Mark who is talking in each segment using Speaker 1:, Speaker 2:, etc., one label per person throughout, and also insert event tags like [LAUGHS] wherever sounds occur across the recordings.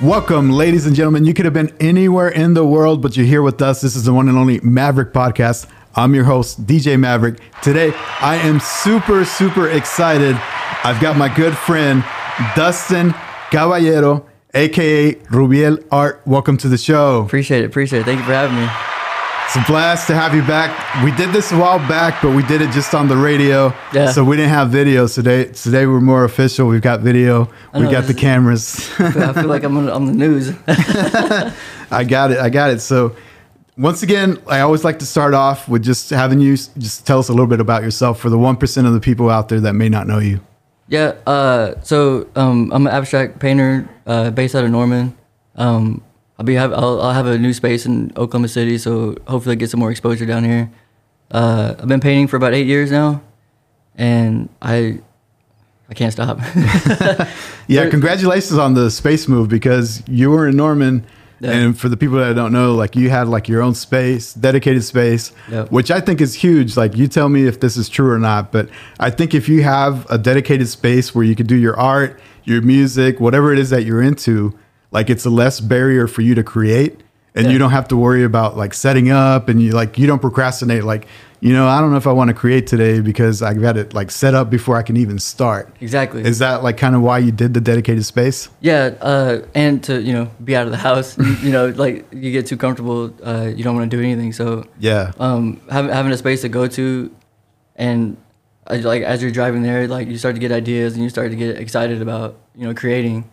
Speaker 1: Welcome, ladies and gentlemen. You could have been anywhere in the world, but you're here with us. This is the one and only Maverick podcast. I'm your host, DJ Maverick. Today, I am super, super excited. I've got my good friend, Dustin Caballero, aka Rubiel Art. Welcome to the show.
Speaker 2: Appreciate it. Appreciate it. Thank you for having me.
Speaker 1: It's a blast to have you back. We did this a while back, but we did it just on the radio.
Speaker 2: Yeah.
Speaker 1: So we didn't have video. So today, today we're more official. We've got video. We
Speaker 2: know,
Speaker 1: got the
Speaker 2: this is-
Speaker 1: cameras.
Speaker 2: I feel- I feel like I'm on, on the news. [LAUGHS]
Speaker 1: I got it. I got it. So, once again, I always like to start off with just having you s- just tell us a little bit about yourself for the 1% of the people out there that may not know you.
Speaker 2: yeah. Uh, so um, I'm an abstract painter uh, based out of Norman. Um, I'll be have I'll, I'll have a new space in Oklahoma City, so hopefully I get some more exposure down here. Uh, I've been painting for about eight years now, and I I can't stop. [LAUGHS]
Speaker 1: Yeah,
Speaker 2: There-
Speaker 1: congratulations on the space move because you were in Norman.
Speaker 2: Yeah.
Speaker 1: And for the people that don't know, like you had like your own space, dedicated space,
Speaker 2: Yep.
Speaker 1: which I think is huge. Like you tell me if this is true or not, but I think if you have a dedicated space where you can do your art, your music, whatever it is that you're into, like it's a less barrier for you to create and
Speaker 2: Yeah.
Speaker 1: you don't have to worry about like setting up and you like you don't procrastinate like you know i don't know if i want to create today because i've got it like set up before i can even start
Speaker 2: exactly.
Speaker 1: is that like kind of why you did the dedicated space?
Speaker 2: Yeah, uh, and to you know be out of the house, [LAUGHS] you, you know, like you get too comfortable, uh, you don't want to do anything. So
Speaker 1: Yeah.
Speaker 2: um, having having a space to go to, and I, like as you're driving there, like you start to get ideas and you start to get excited about you know creating,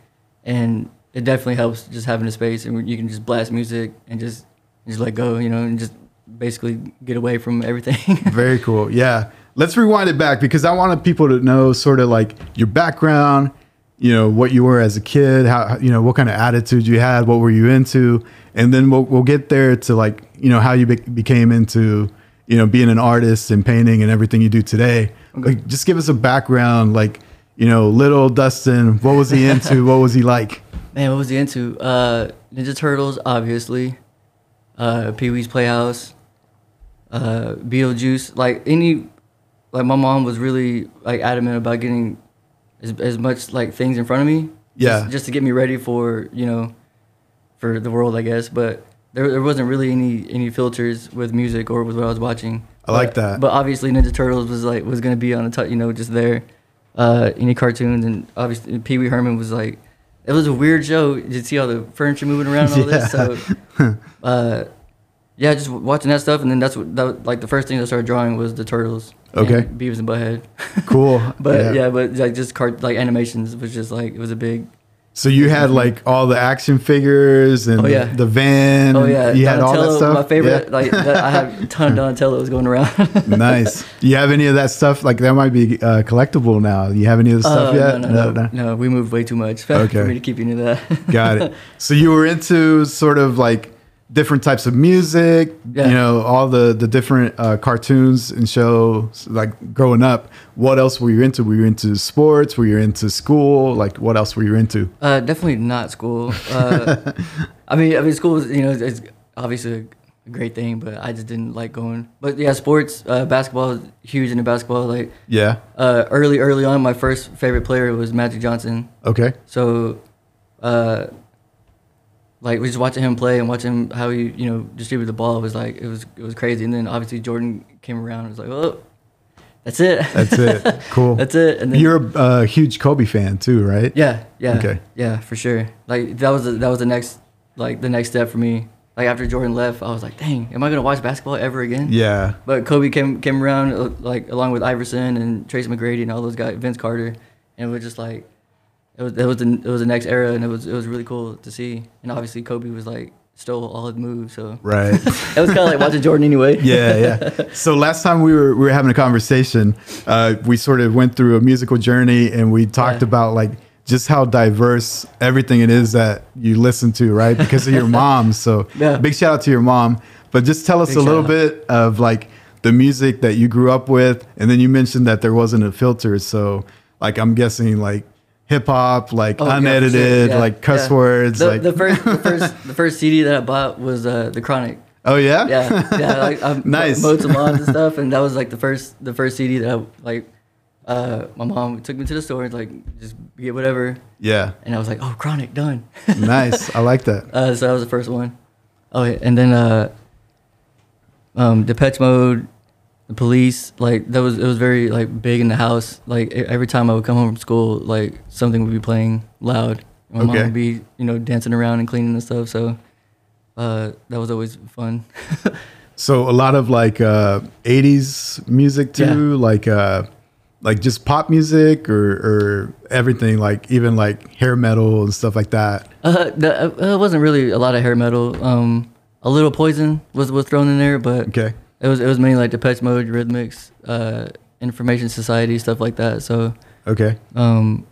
Speaker 2: and it definitely helps just having a space and you can just blast music and just just let go, you know, and just basically get away from everything. [LAUGHS]
Speaker 1: Very cool. Yeah. Let's rewind it back because I wanted people to know sort of like your background, you know, what you were as a kid, how, you know, what kind of attitude you had, what were you into? And then we'll, we'll get there to like, you know, how you be- became into, you know, being an artist and painting and everything you do today. Like, just give us a background, like, you know, little Dustin, what was he
Speaker 2: [LAUGHS]
Speaker 1: into? what was he like?
Speaker 2: Man, what was he into? Uh, Ninja Turtles, obviously. Uh, Pee Wee's Playhouse. Uh, Beetlejuice. Like any, like my mom was really like adamant about getting as, as much like things in front of me.
Speaker 1: Yeah.
Speaker 2: Just, just to get me ready for you know, for the world, I guess. But there, there wasn't really any any filters with music or with what I was watching.
Speaker 1: I like
Speaker 2: But-
Speaker 1: that.
Speaker 2: But obviously, Ninja Turtles was like was gonna be on a t- you know just there. Uh, any cartoons and obviously Pee Wee Herman was like, it was a weird show. You see all the furniture moving around and all
Speaker 1: [LAUGHS]
Speaker 2: this. So, [LAUGHS] uh, yeah, just watching that stuff, and then that's what that, was- like the first thing I started drawing was the turtles. and
Speaker 1: Okay.
Speaker 2: Beavis and Butthead. [LAUGHS]
Speaker 1: Cool.
Speaker 2: but yeah. but like just cart like animations was just like it was a big.
Speaker 1: So you had like all the action figures and
Speaker 2: Mm-hmm. Oh, yeah.
Speaker 1: the, the van.
Speaker 2: Oh yeah,
Speaker 1: you had all that
Speaker 2: Donatello,
Speaker 1: stuff.
Speaker 2: My favorite,
Speaker 1: Yeah.
Speaker 2: like [LAUGHS] that, I have a ton of Donatello's going around.
Speaker 1: [LAUGHS] nice. Do you have any of that stuff? Like that might be uh, collectible now. You have any of the stuff
Speaker 2: Uh,
Speaker 1: yet?
Speaker 2: No no, no, [LAUGHS] no, we moved way too much [LAUGHS] for
Speaker 1: Okay.
Speaker 2: me to keep you near that.
Speaker 1: Got it. So you were into sort of like different types of music.
Speaker 2: Yeah.
Speaker 1: You know all the the different uh, cartoons and shows. Like growing up, what else were you into? Were you into sports? Were you into school? Like what else were you into?
Speaker 2: [LAUGHS] Uh, definitely not school.
Speaker 1: [LAUGHS]
Speaker 2: Uh, I mean, I mean, school is you know it's- it's obviously a great thing, but I just didn't like going. But yeah, sports, uh, basketball, is huge into basketball. Like
Speaker 1: Yeah.
Speaker 2: uh, early, early on, my first favorite player was Magic Johnson.
Speaker 1: Okay.
Speaker 2: So, uh, like we just watching him play and watching him how he you know distributed the ball was like it was it was crazy. And then obviously Jordan came around and was like, oh, that's it,
Speaker 1: That's it. Cool.
Speaker 2: that's it. And then
Speaker 1: You're a uh, huge Kobe fan too, right?
Speaker 2: [LAUGHS] Yeah, yeah,
Speaker 1: Okay.
Speaker 2: yeah, for sure. Like that was the, that was the next like the next step for me. Like after Jordan left, I was like, dang, am I gonna watch basketball ever again?
Speaker 1: Yeah.
Speaker 2: But Kobe came came around uh, like along with Iverson and Trace McGrady and all those guys, Vince Carter, and it was just like it was it was the, it was the next era, and it was it was really cool to see. And obviously Kobe was like stole all his moves, so
Speaker 1: Right. [LAUGHS]
Speaker 2: it was kind of like watching Jordan anyway.
Speaker 1: yeah, yeah. [LAUGHS] So last time we were we were having a conversation, uh, we sort of went through a musical journey and we talked
Speaker 2: Yeah.
Speaker 1: about like just how diverse everything it is that you listen to, right? Because of
Speaker 2: [LAUGHS]
Speaker 1: your mom. So
Speaker 2: Yeah.
Speaker 1: big shout out to your mom. But just tell us
Speaker 2: Big
Speaker 1: a little
Speaker 2: shout out.
Speaker 1: bit of like the music that you grew up with, and then you mentioned that there wasn't a filter. So like I'm guessing like hip hop, like
Speaker 2: [LAUGHS] Oh, yeah, for sure.
Speaker 1: unedited,
Speaker 2: Yeah,
Speaker 1: like cuss
Speaker 2: yeah.
Speaker 1: words,
Speaker 2: The,
Speaker 1: like
Speaker 2: the first,
Speaker 1: [LAUGHS]
Speaker 2: the first, the first CD that I bought was uh, the Chronic.
Speaker 1: oh yeah,
Speaker 2: yeah, yeah. Like, I
Speaker 1: Nice.
Speaker 2: mowed some lawns and stuff, and that was like the first the first CD that I like uh, my mom took me to the store and like just get whatever,
Speaker 1: [LAUGHS] Yeah.
Speaker 2: and I was like, oh, chronic done.
Speaker 1: Nice. I like that.
Speaker 2: Uh, so that was the first one. Oh, yeah, and then uh, um, Depeche Mode, the police, like that was it was very like big in the house. Like e- every time I would come home from school, like something would be playing loud. My mom
Speaker 1: Okay.
Speaker 2: would be you know dancing around and cleaning and stuff. So uh, that was always fun. [LAUGHS]
Speaker 1: So a lot of like uh, '80s music too, like uh, like just pop music or or everything, like even like hair metal and stuff like that.
Speaker 2: uh, the, uh, it wasn't really a lot of hair metal. Um, a little poison was was thrown in there, but
Speaker 1: Okay.
Speaker 2: it was it was mainly like Depeche Mode, Rhythmics, uh, Information Society, stuff like that. So.
Speaker 1: Okay.
Speaker 2: Um,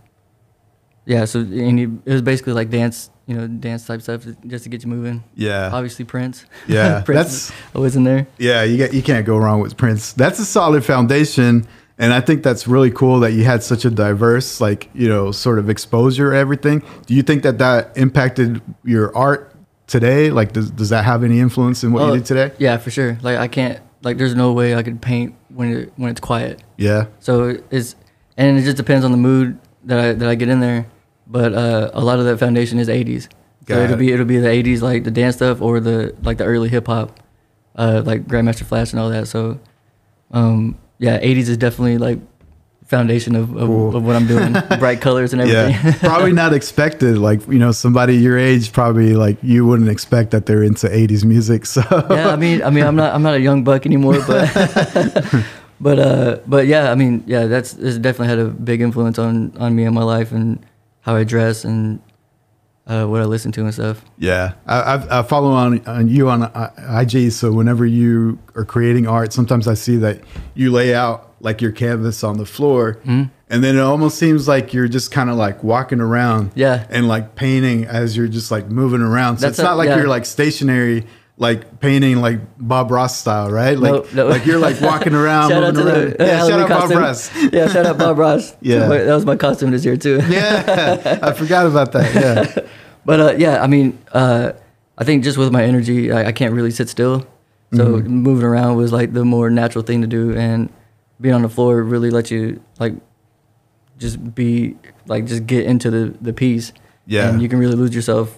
Speaker 2: yeah, so and you, it was basically like dance, you know, dance type stuff just to get you moving.
Speaker 1: Yeah.
Speaker 2: Obviously, Prince.
Speaker 1: Yeah,
Speaker 2: [LAUGHS] Prince
Speaker 1: that's-
Speaker 2: was always in there.
Speaker 1: Yeah. You get you can't go wrong with Prince. That's a solid foundation, and I think that's really cool that you had such a diverse like you know sort of exposure to everything. Do you think that that impacted your art today? Like, does does that have any influence in what
Speaker 2: Oh,
Speaker 1: you do today?
Speaker 2: Yeah, for sure. Like I can't, like there's no way I could paint when it, when it's quiet.
Speaker 1: Yeah.
Speaker 2: So it's and it just depends on the mood that I that I get in there. But uh, a lot of that foundation is '80s. so
Speaker 1: Got
Speaker 2: it'll
Speaker 1: it.
Speaker 2: be it'll be the '80s, like the dance stuff or the like the early hip hop, uh, like Grandmaster Flash and all that. So um, yeah, '80s is definitely like foundation of of,
Speaker 1: Cool.
Speaker 2: of what
Speaker 1: [LAUGHS]
Speaker 2: I'm doing. Bright colors and everything. [LAUGHS]
Speaker 1: Yeah, probably not expected. Like you know, somebody your age probably like you wouldn't expect that they're into '80s music. So
Speaker 2: yeah, I mean, I mean, I'm not, I'm not a young buck anymore, but, [LAUGHS] but, uh, but yeah, I mean, yeah, that's, it's definitely had a big influence on, on me and my life and how I dress and uh, what I listen to and stuff.
Speaker 1: yeah, I, I, I follow on, on you on uh, I- IG. So whenever you are creating art, sometimes I see that you lay out like your canvas on the floor,
Speaker 2: Hmm?
Speaker 1: and then it almost seems like you're just kind of like walking around.
Speaker 2: Yeah.
Speaker 1: and like painting as you're just like moving around. So
Speaker 2: That's
Speaker 1: it's
Speaker 2: a-
Speaker 1: not like
Speaker 2: yeah.
Speaker 1: you're like stationary. Like painting like Bob Ross style, right? Like,
Speaker 2: No, no.
Speaker 1: like you're like
Speaker 2: [LAUGHS]
Speaker 1: walking around,
Speaker 2: Shout out
Speaker 1: moving
Speaker 2: to
Speaker 1: around.
Speaker 2: the uh,
Speaker 1: yeah, shout
Speaker 2: Halloween
Speaker 1: out Bob
Speaker 2: costume.
Speaker 1: Ross. [LAUGHS]
Speaker 2: yeah, shout out Bob Ross.
Speaker 1: Yeah.
Speaker 2: that was my costume this
Speaker 1: [LAUGHS]
Speaker 2: year too.
Speaker 1: yeah, I forgot about that. Yeah,
Speaker 2: But uh, yeah, I mean, uh, I think just with my energy, I, I can't really sit still. So
Speaker 1: Mm-hmm.
Speaker 2: moving around was like the more natural thing to do, and being on the floor really let you like just be like just get into the the piece.
Speaker 1: Yeah.
Speaker 2: and you can really lose yourself,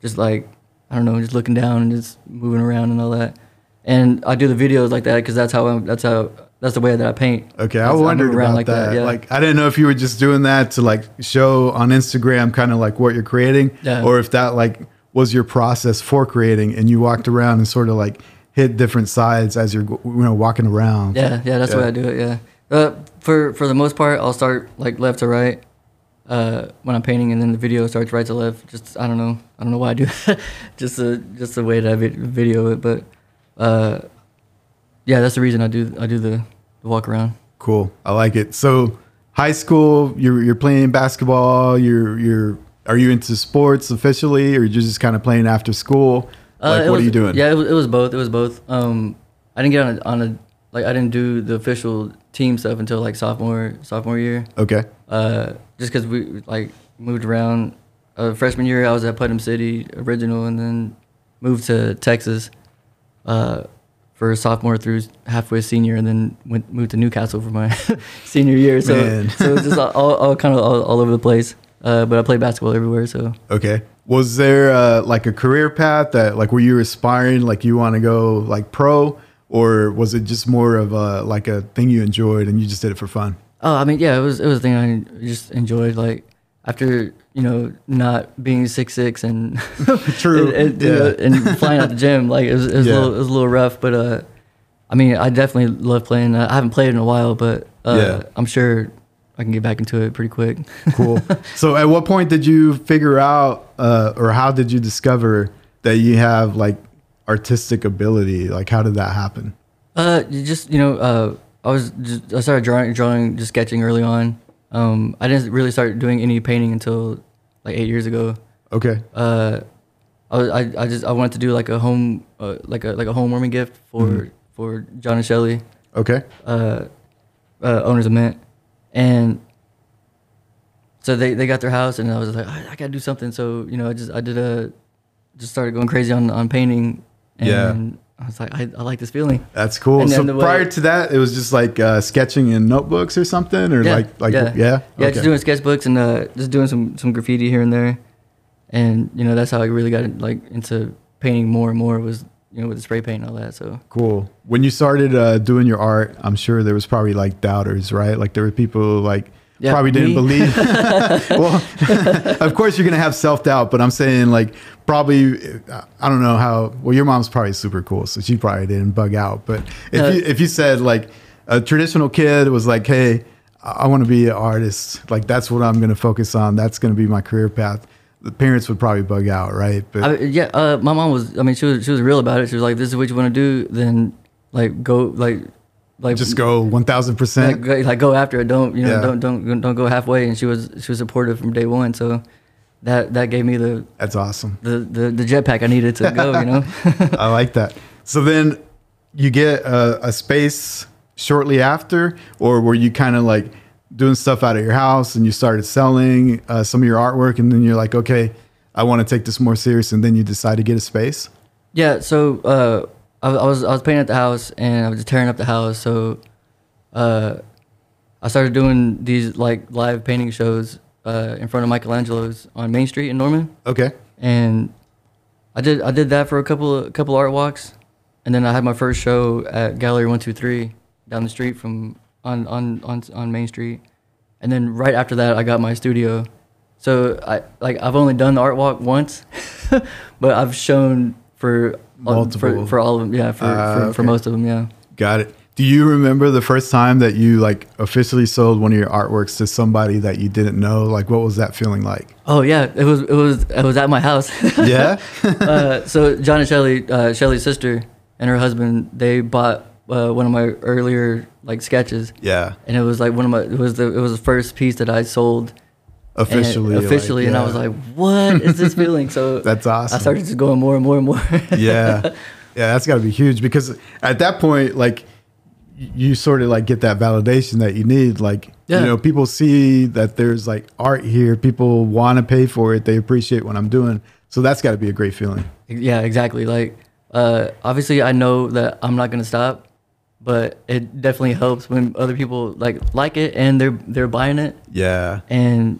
Speaker 2: just like I don't know, just looking down and just moving around and all that. And I do the videos like that because that's how I'm, that's how that's the way that I paint.
Speaker 1: okay.
Speaker 2: That's-
Speaker 1: I
Speaker 2: move
Speaker 1: wondered
Speaker 2: around
Speaker 1: about that. Like, I didn't know if you were just doing that to like show on Instagram, kind of like what you're creating,
Speaker 2: Yeah.
Speaker 1: or if that like was your process for creating, and you walked around and sort of like hit different sides as you're you know walking around.
Speaker 2: Yeah, yeah, that's the
Speaker 1: Yeah.
Speaker 2: way I do it. Yeah. Uh, for for the most part, I'll start like left to right uh, when I'm painting, and then the video starts right to left. Just I don't know, I don't know why I do that. [LAUGHS] just the just the way that I vid- video it, but uh, yeah, that's the reason I do I do the, the walk around.
Speaker 1: Cool. I like it. So high school, you're you're playing basketball. You're you're are you into sports officially, or you're just kind of playing after school?
Speaker 2: Uh,
Speaker 1: Like,
Speaker 2: it
Speaker 1: what
Speaker 2: was-
Speaker 1: are you doing?
Speaker 2: Yeah, it was, it was both. It was both. Um, I didn't get on a, on a like I didn't do the official team stuff until like sophomore sophomore year.
Speaker 1: Okay.
Speaker 2: uh, just because we like moved around. Uh, freshman year, I was at Putnam City original, and then moved to Texas uh, for sophomore through halfway senior, and then went moved to Newcastle for my [LAUGHS] senior year. So,
Speaker 1: Man.
Speaker 2: so it was just all, all, kind of all, all over the place. Uh, but I played basketball everywhere, so
Speaker 1: Okay. Was there uh, like a career path that like were you aspiring like you want to go like pro or was it just more of a like a thing you enjoyed and you just did it for fun?
Speaker 2: Oh, I mean, yeah, it was it was a thing I just enjoyed. Like after you know not being six six and
Speaker 1: [LAUGHS] True,
Speaker 2: [LAUGHS] and, and, you know, and flying out the gym, like it was, it was,
Speaker 1: Yeah.
Speaker 2: a little, it was a little rough. But uh, I mean, I definitely love playing. I haven't played in a while, but uh,
Speaker 1: Yeah.
Speaker 2: I'm sure I can get back into it pretty quick. [LAUGHS]
Speaker 1: Cool. so at what point did you figure out uh, or how did you discover that you have like artistic ability? Like how did that happen?
Speaker 2: Uh, you just you know, uh, I was just, I started drawing, drawing, just sketching early on. Um, I didn't really start doing any painting until like eight years ago.
Speaker 1: Okay.
Speaker 2: uh, I, was- I I just I wanted to do like a home uh, like a like a homewarming gift for for John and Shelley,
Speaker 1: Okay.
Speaker 2: uh, uh, owners of Mint, and so they, they got their house and I was like I, I gotta do something. So you know I just I did a just started going crazy on on painting
Speaker 1: Yeah.
Speaker 2: and I was like, I, I like this feeling.
Speaker 1: That's cool.
Speaker 2: And
Speaker 1: So
Speaker 2: then the way-
Speaker 1: prior to that, it was just like uh, sketching in notebooks or something, or like like yeah,
Speaker 2: yeah,
Speaker 1: Okay.
Speaker 2: Just doing sketchbooks and uh, just doing some some graffiti here and there, and you know that's how I really got like into painting more and more was you know with the spray paint and all that. So
Speaker 1: cool. When you started uh, doing your art, I'm sure there was probably like doubters, right? Like there were people who, like
Speaker 2: Yeah,
Speaker 1: probably didn't
Speaker 2: me. [LAUGHS]
Speaker 1: believe. [LAUGHS] well, [LAUGHS] of course you're gonna have self doubt, but I'm saying like probably I don't know how. Well, your mom's probably super cool, so she probably didn't bug out. But if
Speaker 2: Uh,
Speaker 1: you if you said like a traditional kid was like, hey, I, I want to be an artist, like that's what I'm gonna focus on. That's gonna be my career path. The parents would probably bug out, right? But
Speaker 2: I, yeah, uh, my mom was. I mean, she was she was real about it. She was like, "This is what you want to do, then like go like like
Speaker 1: just go one thousand
Speaker 2: like,
Speaker 1: percent.
Speaker 2: go- like go after it. Don't you know?
Speaker 1: Yeah.
Speaker 2: Don't don't don't go halfway." And she was she was supportive from day one. So that that gave me the
Speaker 1: That's awesome.
Speaker 2: the the, the jetpack I needed to go.
Speaker 1: [LAUGHS]
Speaker 2: You know. [LAUGHS]
Speaker 1: I like that. So then you get a, a space shortly after, or were you kind of like doing stuff out of your house and you started selling uh, some of your artwork and then you're like, okay, I want to take this more serious. And then you decide to get a space.
Speaker 2: Yeah, so uh, I, I was I was painting at the house and I was just tearing up the house. So uh, I started doing these like live painting shows uh, in front of Michelangelo's on Main Street in Norman,
Speaker 1: Okay.
Speaker 2: and I did I did that for a couple of, couple art walks, and then I had my first show at Gallery One Two Three down the street from on on on on Main Street, and then right after that I got my studio. So I like I've only done the art walk once, [LAUGHS] but I've shown for
Speaker 1: Multiple.
Speaker 2: for, for all of them. Yeah, for,
Speaker 1: Ah,
Speaker 2: for, for
Speaker 1: okay.
Speaker 2: most of them. Yeah.
Speaker 1: Got it. Do you remember the first time that you like officially sold one of your artworks to somebody that you didn't know? Like, what was that feeling like?
Speaker 2: Oh yeah, it was it was it was at my house.
Speaker 1: [LAUGHS]
Speaker 2: [LAUGHS]
Speaker 1: Yeah.
Speaker 2: uh, so John and Shelly, uh, Shelly's sister and her husband, they bought uh, one of my earlier like sketches,
Speaker 1: yeah.
Speaker 2: and it was like one of my it was the it was the first piece that I sold and-
Speaker 1: Officially. like,
Speaker 2: officially, and I was
Speaker 1: yeah.
Speaker 2: like, what
Speaker 1: [LAUGHS]
Speaker 2: is this feeling? So
Speaker 1: that's awesome.
Speaker 2: I started just going more and more and more.
Speaker 1: yeah yeah that's got to be huge because at that point like y- you sort of like get that validation that you need like
Speaker 2: Yeah.
Speaker 1: you know people see that there's like art here people want to pay for it they appreciate what i'm doing so that's got to be a great feeling
Speaker 2: [LAUGHS] yeah, exactly. Like uh, obviously, I know that I'm not gonna stop, but it definitely helps when other people like like it and they're they're buying it.
Speaker 1: yeah
Speaker 2: and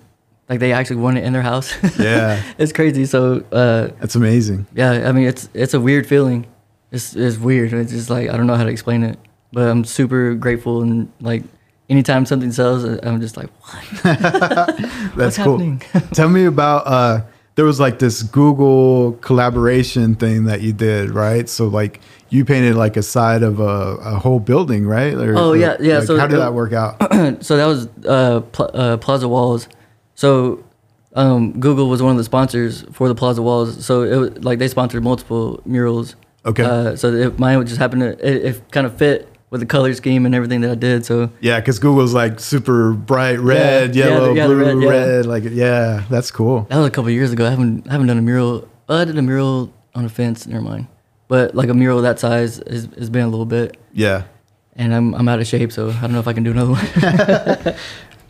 Speaker 2: like they actually want it in their house. [LAUGHS]
Speaker 1: Yeah.
Speaker 2: it's crazy. So uh,
Speaker 1: that's amazing
Speaker 2: yeah, I mean it's it's a weird feeling. It's it's weird. It's just like I don't know how to explain it, but I'm super grateful and like anytime something sells, I- I'm just like [CLEARS THROAT] what?
Speaker 1: that's
Speaker 2: What's
Speaker 1: cool
Speaker 2: happening? [LAUGHS]
Speaker 1: tell me about uh there was like this google collaboration thing that you did right so like you painted like a side of a, a whole building right Or-
Speaker 2: Oh,
Speaker 1: or,
Speaker 2: yeah, yeah,
Speaker 1: like,
Speaker 2: so
Speaker 1: how did
Speaker 2: it-
Speaker 1: that work out
Speaker 2: so that was uh, pl- uh, Plaza Walls. So um, Google was one of the sponsors for the Plaza Walls. So it was, like they sponsored multiple murals.
Speaker 1: Okay.
Speaker 2: Uh, so it, mine would just happen to it, it kind of fit with the color scheme and everything that I did. So
Speaker 1: Yeah, because Google's like super bright red,
Speaker 2: Yeah, yeah,
Speaker 1: yellow,
Speaker 2: yeah, the
Speaker 1: blue,
Speaker 2: red, yeah.
Speaker 1: red. Like, yeah, that's cool.
Speaker 2: That was a couple years ago. I haven't I haven't done a mural. Oh, I did a mural on a fence. Never mind. But like a mural that size has, has been a little bit,
Speaker 1: Yeah.
Speaker 2: and I'm I'm out of shape, so I don't know if I can do another one. [LAUGHS]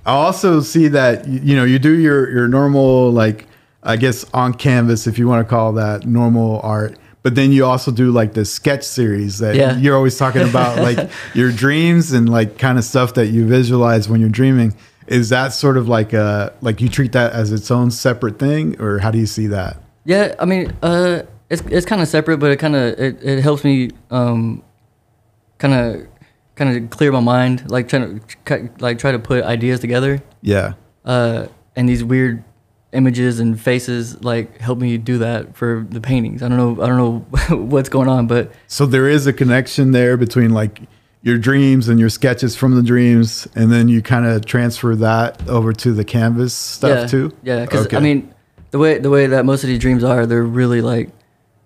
Speaker 1: I also see that y- you know you do your your normal like I guess on canvas if you want to call that normal art, but then you also do like the sketch series that
Speaker 2: Yeah.
Speaker 1: you're always talking about
Speaker 2: [LAUGHS]
Speaker 1: like your dreams and like kind of stuff that you visualize when you're dreaming. Is that sort of like a like you treat that as its own separate thing, or how do you see that?
Speaker 2: yeah, I mean, uh, it's it's kind of separate, but it kind of it, it helps me um, kind of kind of clear my mind, like trying to ki- like try to put ideas together,
Speaker 1: Yeah.
Speaker 2: uh, and these weird images and faces like help me do that for the paintings. I don't know I don't know [LAUGHS] what's going on, but
Speaker 1: So there is a connection there between like your dreams and your sketches from the dreams, and then you kind of transfer that over to the canvas stuff
Speaker 2: yeah.
Speaker 1: too.
Speaker 2: Yeah, because
Speaker 1: Okay.
Speaker 2: I mean, the way the way that most of these dreams are, they're really like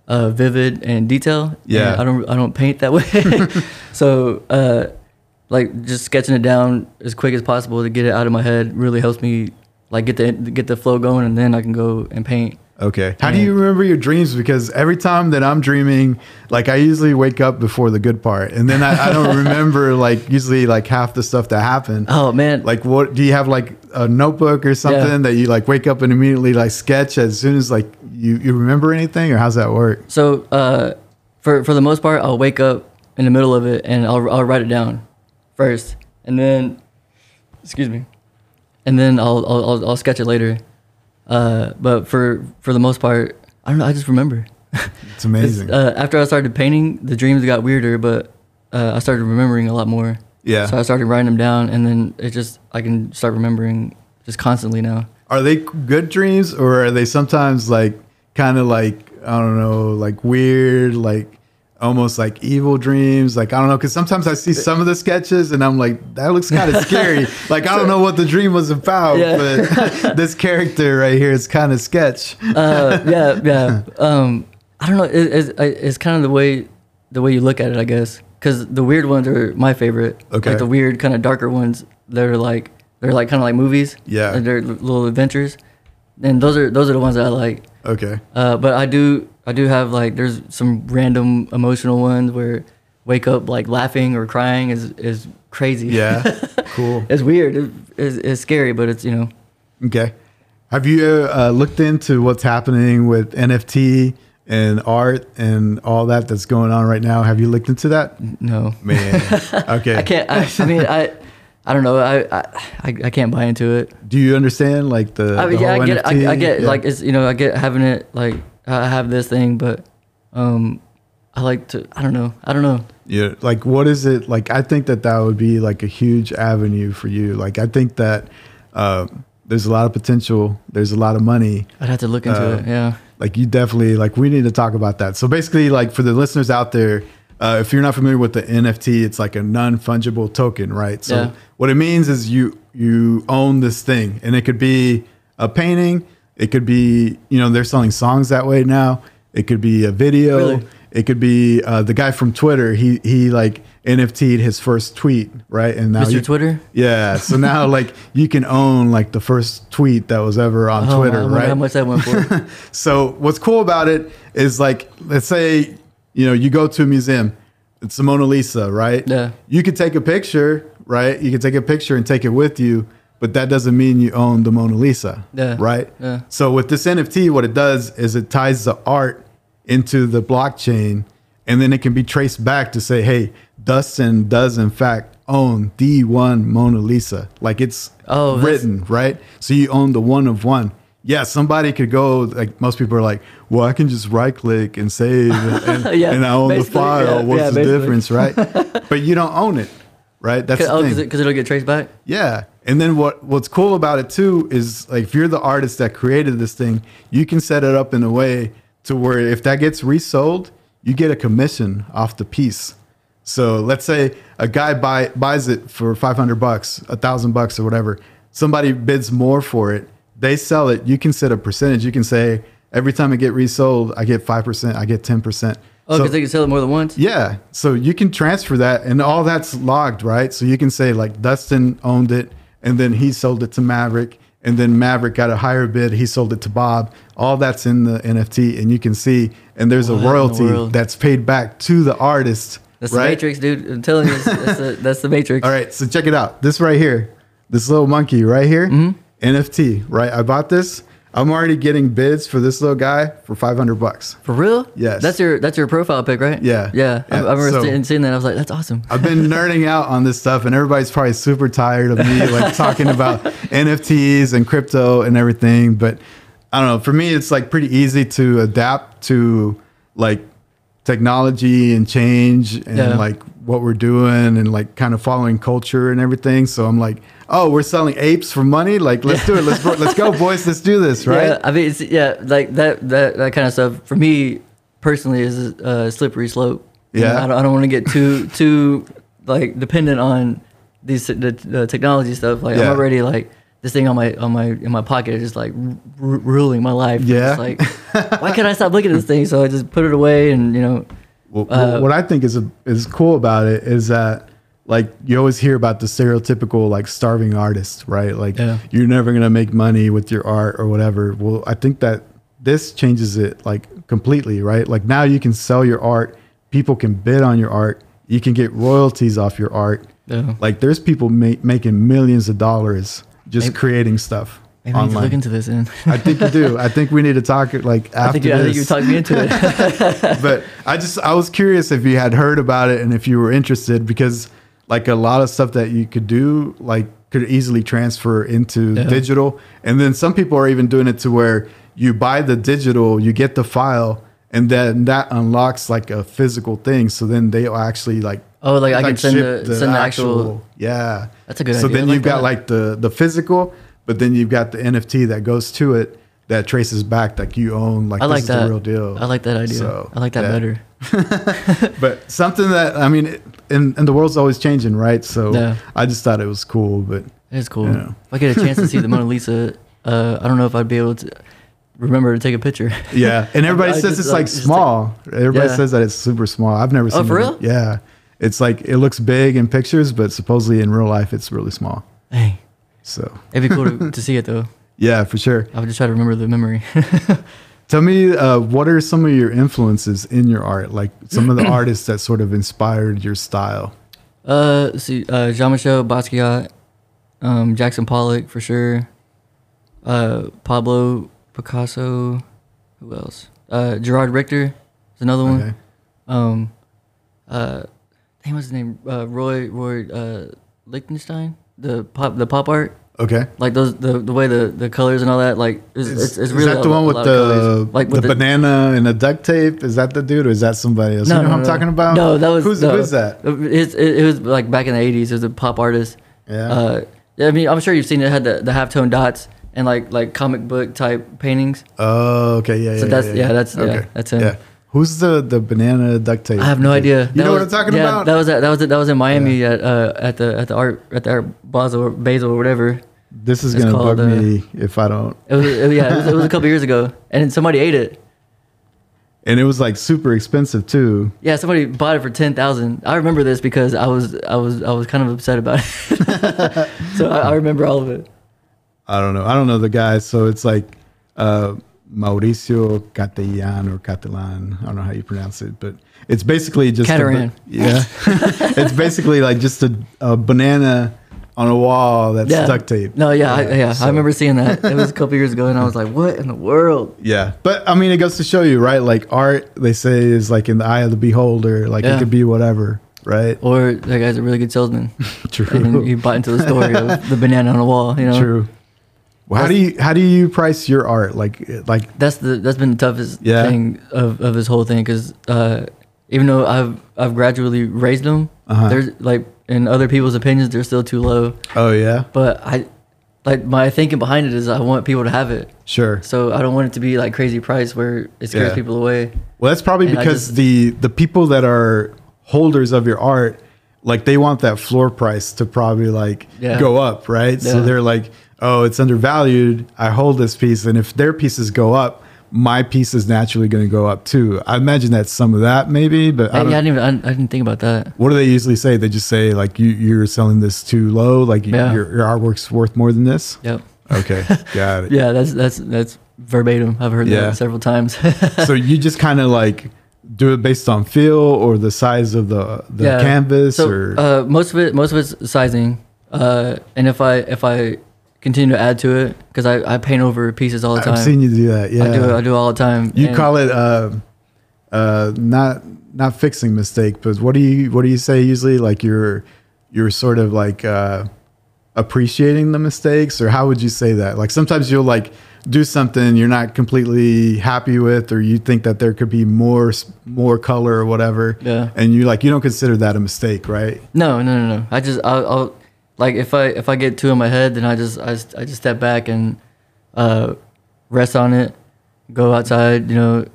Speaker 2: uh, vivid and detail.
Speaker 1: Yeah.
Speaker 2: and I don't I don't paint
Speaker 1: [LAUGHS]
Speaker 2: that [LAUGHS] way, so uh, like just sketching it down as quick as possible to get it out of my head really helps me like get the get the flow going, and then I can go and paint.
Speaker 1: okay. How do you remember your dreams? Because every time that I'm dreaming, like I usually wake up before the good part, and then I, I
Speaker 2: [LAUGHS]
Speaker 1: don't remember like usually like half the stuff that happened.
Speaker 2: Oh man,
Speaker 1: Like, what do you have like a notebook or something that you like wake up and immediately like sketch as soon as like you you remember anything, or how's that work?
Speaker 2: So uh, for for the most part, I'll wake up in the middle of it and I'll I'll write it down first, and then excuse me, and then I'll I'll I'll, I'll sketch it later. Uh, but for for the most part, I don't know. I just remember.
Speaker 1: It's amazing.
Speaker 2: Uh, after I started painting, the dreams got weirder, but uh, I started remembering a lot more.
Speaker 1: Yeah.
Speaker 2: So I started writing them down, and then it just I can start remembering just constantly now.
Speaker 1: are they good dreams or are they sometimes like kind of like I don't know, like weird, like almost like evil dreams? Like I don't know, because sometimes I see some of the sketches and I'm like, that looks kind
Speaker 2: [LAUGHS]
Speaker 1: of scary. like I don't know what the dream was about,
Speaker 2: Yeah. [LAUGHS]
Speaker 1: but this character right here is kind of sketch.
Speaker 2: uh, yeah,
Speaker 1: [LAUGHS]
Speaker 2: yeah. Um, I don't know. It, it's I- it's kind of the way the way you look at it, I guess. Because the weird ones are my favorite.
Speaker 1: Okay.
Speaker 2: Like the weird kind of darker ones. They're like they're like kind of like movies.
Speaker 1: Yeah.
Speaker 2: Like they're little adventures, and those are those are the ones that I like.
Speaker 1: Okay.
Speaker 2: Uh, but I do I do have like there's some random emotional ones where wake up like laughing or crying is is crazy.
Speaker 1: Yeah. cool.
Speaker 2: [LAUGHS] it's weird. It, it's, it's scary, but it's you know
Speaker 1: Okay. Have you uh, looked into what's happening with NFT and art and all that that's going on right now? Have you looked into that?
Speaker 2: no.
Speaker 1: Man. Okay.
Speaker 2: [LAUGHS] I can't. I,
Speaker 1: [LAUGHS]
Speaker 2: I mean, I, I don't know. I, I, I I can't buy into it.
Speaker 1: Do you understand like the?
Speaker 2: I mean,
Speaker 1: the
Speaker 2: yeah,
Speaker 1: whole
Speaker 2: I get, it.
Speaker 1: NFT?
Speaker 2: I, I get
Speaker 1: Yeah.
Speaker 2: like it's you know, I get having it like I have this thing, but, um, I like to. I don't know. I don't know.
Speaker 1: yeah, like what is it like? I think that that would be like a huge avenue for you. Like I think that uh, there's a lot of potential. There's a lot of money.
Speaker 2: I'd have to look into
Speaker 1: Uh,
Speaker 2: it. Yeah.
Speaker 1: Like you definitely like we need to talk about that. So basically, like for the listeners out there. Uh, if you're not familiar with the NFT, it's like a non-fungible token, right? So
Speaker 2: Yeah.
Speaker 1: what it means is you you own this thing, and it could be a painting, it could be you know they're selling songs that way now, it could be a video,
Speaker 2: Really?
Speaker 1: It could be uh, the guy from Twitter. He he like NFT'd his first tweet, right? And now
Speaker 2: Mr.
Speaker 1: you-
Speaker 2: Twitter?
Speaker 1: Yeah. So now like you can own like the first tweet that was ever on
Speaker 2: Oh, I
Speaker 1: Twitter,
Speaker 2: wonder
Speaker 1: right?
Speaker 2: How much that went
Speaker 1: [LAUGHS]
Speaker 2: for?
Speaker 1: so what's cool about it is like let's say you know you go to a museum it's the mona lisa right
Speaker 2: Yeah.
Speaker 1: you could take a picture right you could take a picture and take it with you but that doesn't mean you own the mona lisa
Speaker 2: Yeah.
Speaker 1: right
Speaker 2: Yeah.
Speaker 1: so with this nft what it does is it ties the art into the blockchain and then it can be traced back to say hey dustin does in fact own the one mona lisa like it's
Speaker 2: Oh, that's-
Speaker 1: written right? So you own the one of one. Yeah, somebody could go like most people are like, well, I can just right click and save,
Speaker 2: [LAUGHS]
Speaker 1: and, and-
Speaker 2: Yeah,
Speaker 1: and I own the
Speaker 2: basically,
Speaker 1: file.
Speaker 2: yeah,
Speaker 1: What's
Speaker 2: yeah,
Speaker 1: the
Speaker 2: basically.
Speaker 1: difference, right?
Speaker 2: [LAUGHS]
Speaker 1: but you don't own it, right? That's
Speaker 2: Cause,
Speaker 1: the
Speaker 2: oh,
Speaker 1: thing.
Speaker 2: because it, will get traced back.
Speaker 1: Yeah. And then what what's cool about it too is like if you're the artist that created this thing, you can set it up in a way to where if that gets resold, you get a commission off the piece. So let's say a guy buy, buys it for 500 bucks, a thousand bucks or whatever. Somebody bids more for it. They sell it. You can set a percentage. You can say every time it get resold, I get 5%, I get 10%.
Speaker 2: Oh,
Speaker 1: So-
Speaker 2: because they can sell it more than once.
Speaker 1: yeah. So you can transfer that and all that's logged, right? So you can say like Dustin owned it and then he sold it to Maverick and then Maverick got a higher bid, he sold it to Bob. All that's in the NFT and you can see and there's
Speaker 2: What in
Speaker 1: a
Speaker 2: the
Speaker 1: royalty
Speaker 2: world?
Speaker 1: that's paid back to the artist.
Speaker 2: That's
Speaker 1: right?
Speaker 2: the Matrix, dude. I'm telling you, that's, that's, the, that's the Matrix.
Speaker 1: All right, so check it out. This right here, this little monkey right here,
Speaker 2: Mm-hmm.
Speaker 1: NFT, right? I bought this. I'm already getting bids for this little guy for 500 bucks.
Speaker 2: For real?
Speaker 1: Yes.
Speaker 2: That's your that's your profile pic, right?
Speaker 1: Yeah.
Speaker 2: Yeah. I, I
Speaker 1: Yeah,
Speaker 2: remember
Speaker 1: so-
Speaker 2: seeing- seeing that. I was like, that's awesome.
Speaker 1: I've been nerding out on this stuff, and everybody's probably super tired of me
Speaker 2: [LAUGHS]
Speaker 1: like talking about NFTs and crypto and everything. But I don't know. For me, it's like pretty easy to adapt to like technology and change and
Speaker 2: Yeah.
Speaker 1: like what we're doing and like kind of following culture and everything. So I'm like, oh, we're selling apes for money. Like, let's do it. Let's let's go, boys. Let's do this, right?
Speaker 2: [LAUGHS] Yeah, I mean, it's, yeah, like that, that, that kind of stuff for me personally is a uh, slippery slope. You
Speaker 1: Yeah.
Speaker 2: know, I don't, I don't want to
Speaker 1: [LAUGHS]
Speaker 2: get too, too like dependent on these, the, the technology stuff. Like
Speaker 1: Yeah.
Speaker 2: I'm already like this thing on my, on my, in my pocket is just like r- r- ruling my life.
Speaker 1: Yeah. [LAUGHS]
Speaker 2: It's like, why can't I stop looking at this thing? So I just put it away and you know,
Speaker 1: Well,
Speaker 2: Uh,
Speaker 1: what I think is is cool about it is that like you always hear about the stereotypical like starving artist, right? Like
Speaker 2: Yeah.
Speaker 1: you're never gonna make money with your art or whatever. Well, I think that this changes it like completely, right? Like now you can sell your art, people can bid on your art, you can get royalties off your art.
Speaker 2: Yeah.
Speaker 1: Like there's people ma- making millions of dollars just
Speaker 2: Maybe-
Speaker 1: creating stuff.
Speaker 2: Maybe I need to
Speaker 1: online.
Speaker 2: look into this. And
Speaker 1: I think you do. I think we need to talk like after
Speaker 2: [LAUGHS] I think, you- I
Speaker 1: this.
Speaker 2: think you talked me into
Speaker 1: [LAUGHS]
Speaker 2: it.
Speaker 1: but I just I was curious if you had heard about it and if you were interested because like a lot of stuff that you could do like could easily transfer into digital and then some people are even doing it to where you buy the digital you get the file and then that unlocks like a physical thing so then they'll actually like
Speaker 2: Oh, like, I can send
Speaker 1: ship
Speaker 2: the, send the actual.
Speaker 1: yeah
Speaker 2: That's a good
Speaker 1: so
Speaker 2: idea. I
Speaker 1: then
Speaker 2: like
Speaker 1: you've got
Speaker 2: that.
Speaker 1: like the the physical but then you've got the NFT that goes to it that traces back like you own like
Speaker 2: [LAUGHS] I
Speaker 1: this
Speaker 2: like
Speaker 1: is
Speaker 2: that.
Speaker 1: the real deal
Speaker 2: I like that idea.
Speaker 1: So,
Speaker 2: I like that
Speaker 1: yeah.
Speaker 2: better.
Speaker 1: but something that I mean, it- and and the world's always changing, right? So
Speaker 2: Yeah.
Speaker 1: I just thought it was cool, but
Speaker 2: It's cool.
Speaker 1: Yeah.
Speaker 2: If I get a chance to see the Mona Lisa, uh, I don't know if I'd be able to remember to take a picture. [LAUGHS]
Speaker 1: yeah. And everybody
Speaker 2: I
Speaker 1: says
Speaker 2: just-
Speaker 1: it's
Speaker 2: I
Speaker 1: like
Speaker 2: just-
Speaker 1: small. everybody
Speaker 2: Yeah. Oh,
Speaker 1: says that it's super small. I've never seen.
Speaker 2: for
Speaker 1: it.
Speaker 2: real?
Speaker 1: Yeah, it's like it looks big in pictures, but supposedly in real life it's really small.
Speaker 2: hey,
Speaker 1: So
Speaker 2: it'd be cool to, to see it though.
Speaker 1: yeah, for sure.
Speaker 2: I would just try to remember the memory. [LAUGHS]
Speaker 1: Tell me, uh, what are some of your influences in your art? Like some
Speaker 2: [CLEARS THROAT]
Speaker 1: of the artists that sort of inspired your style.
Speaker 2: uh, let's see, uh, Jean Michel Basquiat, um, Jackson Pollock for sure, uh, Pablo Picasso, who else? Uh, Gerard Richter is another one.
Speaker 1: Okay.
Speaker 2: Um, uh, dang, what's his name? Uh, Roy Roy uh, Lichtenstein, the pop the pop art.
Speaker 1: Okay.
Speaker 2: Like those, the, the way the, the colors and all that, like it's,
Speaker 1: Is,
Speaker 2: it's, it's
Speaker 1: is
Speaker 2: really
Speaker 1: that the
Speaker 2: a-
Speaker 1: one
Speaker 2: a
Speaker 1: with
Speaker 2: lot of
Speaker 1: the
Speaker 2: colors. like
Speaker 1: the,
Speaker 2: with
Speaker 1: banana and the duct tape? Is that the dude, or is that somebody else? you know who I'm talking about?
Speaker 2: No, that was
Speaker 1: who's
Speaker 2: no.
Speaker 1: who is that?
Speaker 2: It's, it, it was like back in the eighties. It was a pop artist.
Speaker 1: Yeah.
Speaker 2: Uh, yeah, I mean, I'm sure you've seen it. it had the, the half tone dots and like like comic book type paintings.
Speaker 1: oh, okay, yeah, yeah.
Speaker 2: So that's- yeah, that's- yeah, that's him.
Speaker 1: Who's the the banana duct tape?
Speaker 2: I have no idea.
Speaker 1: You
Speaker 2: That
Speaker 1: know
Speaker 2: was,
Speaker 1: what I'm talking
Speaker 2: yeah,
Speaker 1: about?
Speaker 2: That was at, that was at, that was in Miami at uh, at the at the art at the art Basel or Basel or whatever.
Speaker 1: this is
Speaker 2: it's
Speaker 1: gonna
Speaker 2: called, uh,
Speaker 1: bug me if I don't.
Speaker 2: It was it- yeah, it was, it was a couple years ago, and then somebody ate it.
Speaker 1: And it was like super expensive too.
Speaker 2: Yeah, somebody bought it for ten thousand. I remember this because I was I was I was kind of upset about it. [LAUGHS] so I, I remember all of it.
Speaker 1: I don't know. I don't know the guy. So it's like uh, Mauricio Catalan or Catalan. I don't know how you pronounce it, but it's basically just a ba-
Speaker 2: Cataran.
Speaker 1: yeah, [LAUGHS] it's basically like just a, a banana on a wall that's
Speaker 2: Yeah.
Speaker 1: duct tape.
Speaker 2: No, yeah, I, yeah.
Speaker 1: so-
Speaker 2: I remember seeing that. It was a couple years ago, and I was like, "What in the world?"
Speaker 1: Yeah, but I mean, it goes to show you, right? Like art, they say, is like in the eye of the beholder. Like it
Speaker 2: Yeah.
Speaker 1: could be whatever, right?
Speaker 2: Or that guy's a really good
Speaker 1: [LAUGHS]
Speaker 2: salesman.
Speaker 1: True.
Speaker 2: I mean, he bought into the story of
Speaker 1: [LAUGHS]
Speaker 2: the banana on the wall. You know,
Speaker 1: True. Well, how do you how do you price your art? Like like
Speaker 2: that's the that's been the toughest
Speaker 1: Yeah.
Speaker 2: thing of, of this whole thing because uh, even though I've I've gradually raised them,
Speaker 1: Uh-huh.
Speaker 2: there's like in other people's opinions, they're still too low.
Speaker 1: oh yeah,
Speaker 2: But I like my thinking behind it is I want people to have it.
Speaker 1: sure.
Speaker 2: So I don't want it to be like crazy price where it scares
Speaker 1: Yeah.
Speaker 2: people away.
Speaker 1: Well, that's probably
Speaker 2: And I
Speaker 1: because
Speaker 2: just-
Speaker 1: the the people that are holders of your art, like they want that floor price to probably like
Speaker 2: Yeah.
Speaker 1: go up, right? So
Speaker 2: Yeah.
Speaker 1: they're like, oh, it's undervalued. I hold this piece, and if their pieces go up, my piece is naturally going to go up too. I imagine that's some of that maybe, but I
Speaker 2: I, I
Speaker 1: don't.
Speaker 2: didn't even I, I didn't think about that.
Speaker 1: what do they usually say? They just say like you you're selling this too low, like you-
Speaker 2: Yeah.
Speaker 1: your, your artwork's worth more than this.
Speaker 2: Yep. [LAUGHS]
Speaker 1: Okay, got it.
Speaker 2: Yeah, that's that's that's verbatim. I've heard
Speaker 1: Yeah.
Speaker 2: that several times. [LAUGHS]
Speaker 1: so you just kind of like do it based on feel or the size of the the
Speaker 2: Yeah.
Speaker 1: canvas
Speaker 2: so,
Speaker 1: or
Speaker 2: uh, most of it most of it's sizing uh, and if i if i continue to add to it because I, I paint over pieces all the time
Speaker 1: I've seen you do that. Yeah,
Speaker 2: i do it i do it all the time
Speaker 1: you
Speaker 2: and
Speaker 1: call it uh, uh, not not fixing mistake, but what do you what do you say usually? Like you're you're sort of like uh, appreciating the mistakes, or how would you say that? Like sometimes you'll like do something you're not completely happy with, or you think that there could be more s- more color or whatever.
Speaker 2: Yeah.
Speaker 1: and you like you don't consider that a mistake, right?
Speaker 2: no no no no i just I'll, I'll like if i if i get two in my head then i just i, just- I just step back and uh, rest on it go outside you know